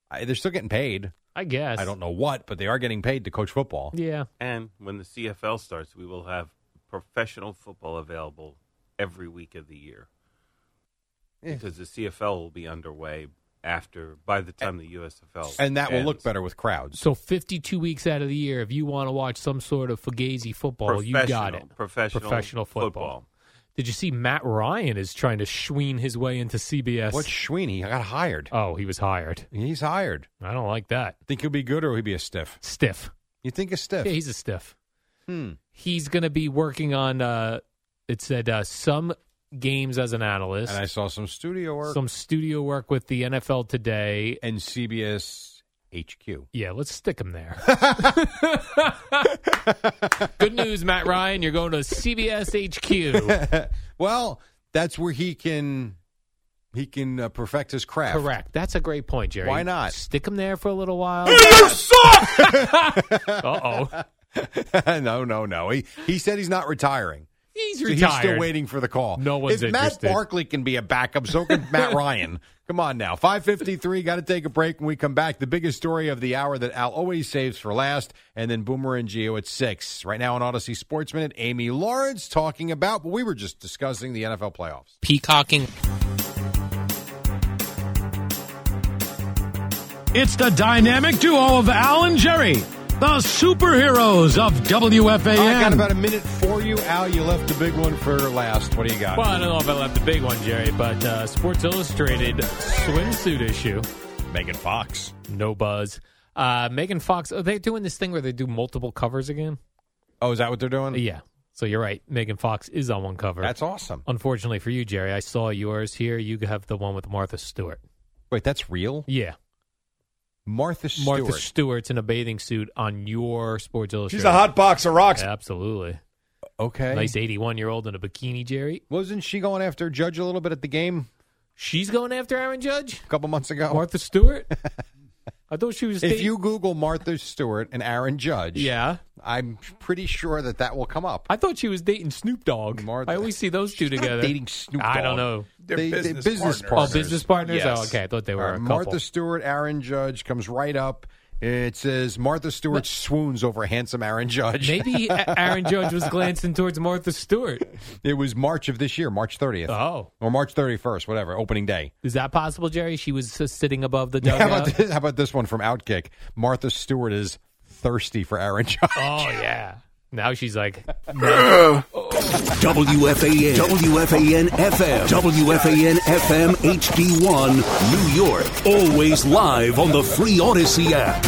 S3: I, they're still getting paid.
S2: I guess.
S3: I don't know what, but they are getting paid to coach football.
S2: Yeah.
S7: and when the CFL starts, we will have professional football available every week of the year
S3: Eh.
S7: because the CFL will be underway after by the time the USFL
S3: And that will look
S7: ends.
S3: better with crowds.
S2: So 52 weeks out of the year, if you want to watch some sort of fugazi football, you got it.
S7: Professional- Professional,
S2: Professional football. Did you see Matt Ryan is trying to schween his way into CBS?
S3: What's Sweeney? I got hired.
S7: Uh,
S2: oh, he was hired.
S3: He's hired.
S2: I don't like that.
S3: Think he'll be good or he'll be a stiff?
S2: Stiff.
S3: You think a stiff?
S2: Yeah, he's a stiff.
S3: hmm.
S2: He's going to be working on. Uh, it said uh, some games as an analyst,
S3: And I saw some studio work
S2: some studio work with the NFL today.
S3: and CBS HQ.
S2: Yeah, let's stick him there. Good news, Matt Ryan. You're going to CBS HQ.
S3: well, that's where he can he can uh, perfect his craft.
S2: Correct. That's a great point, Jerry.
S3: Why not?
S2: Stick him there for a little while. uh oh.
S3: no, no, no. He he said he's not retiring.
S2: He's
S3: So
S2: retired.
S3: He's still waiting for the call.
S2: No one's
S3: If
S2: interested.
S3: Matt Barkley can be a backup, so can Matt Ryan. Come on now. 553, got to take a break. When we come back, the biggest story of the hour that Al always saves for last, and then Boomer and Geo at 6. Right now on Odyssey Sports Minute, Amy Lawrence talking about, well, we were just discussing the NFL playoffs.
S2: Peacocking.
S6: It's the dynamic duo of Al and Jerry, the superheroes of WFAN.
S3: Oh, I got about a minute for you, Al. You left the big one for last. What do you got?
S2: Well, I don't know if I left the big one, Jerry, but uh, Sports Illustrated swimsuit issue
S3: Megan Fox.
S2: No buzz. Uh, Megan Fox. Are they doing this thing where they do multiple covers again?
S3: Oh, is that what they're doing?
S2: Yeah. So you're right. Megan Fox is on one cover.
S3: That's awesome.
S2: Unfortunately for you, Jerry, I saw yours here. You have the one with Martha Stewart.
S3: Wait, that's real?
S2: Yeah.
S3: Martha Stewart.
S2: Martha Stewart's in a bathing suit on your Sports Illustrated.
S8: She's a hot box of rocks.
S2: Absolutely.
S3: Okay.
S2: Nice 81 year old in a bikini, Jerry.
S3: Wasn't she going after Judge a little bit at the game?
S2: She's going after Aaron Judge?
S3: A couple months ago.
S2: Martha Stewart? I thought she was.
S3: If
S2: dating-
S3: you Google Martha Stewart and Aaron Judge,
S2: Yeah.
S3: I'm pretty sure that that will come up.
S2: I thought she was dating Snoop Dogg.
S3: Martha,
S2: I always see those two
S3: She's not
S2: together.
S3: dating Snoop
S2: I don't
S3: Dogg.
S2: know.
S8: They're business
S2: Oh, business partners? Oh, okay. I thought they were
S3: All right,
S2: a couple.
S3: Martha Stewart, Aaron Judge comes right up. It says Martha Stewart swoons over handsome Aaron Judge.
S2: Maybe A- Aaron Judge was glancing towards Martha Stewart.
S3: It was March of this year, March 30th.
S2: Oh.
S3: Or March 31st, whatever, opening day.
S2: Is that possible, Jerry? She was just sitting above the
S3: How about,
S2: dugout.
S3: this, how about this one from Outkick? Martha Stewart is thirsty for Aaron Judge.
S2: oh yeah. Now she's like,
S4: WFAN, WFAN FM, WFAN FM HD1, New York. Always live on the free Odyssey app.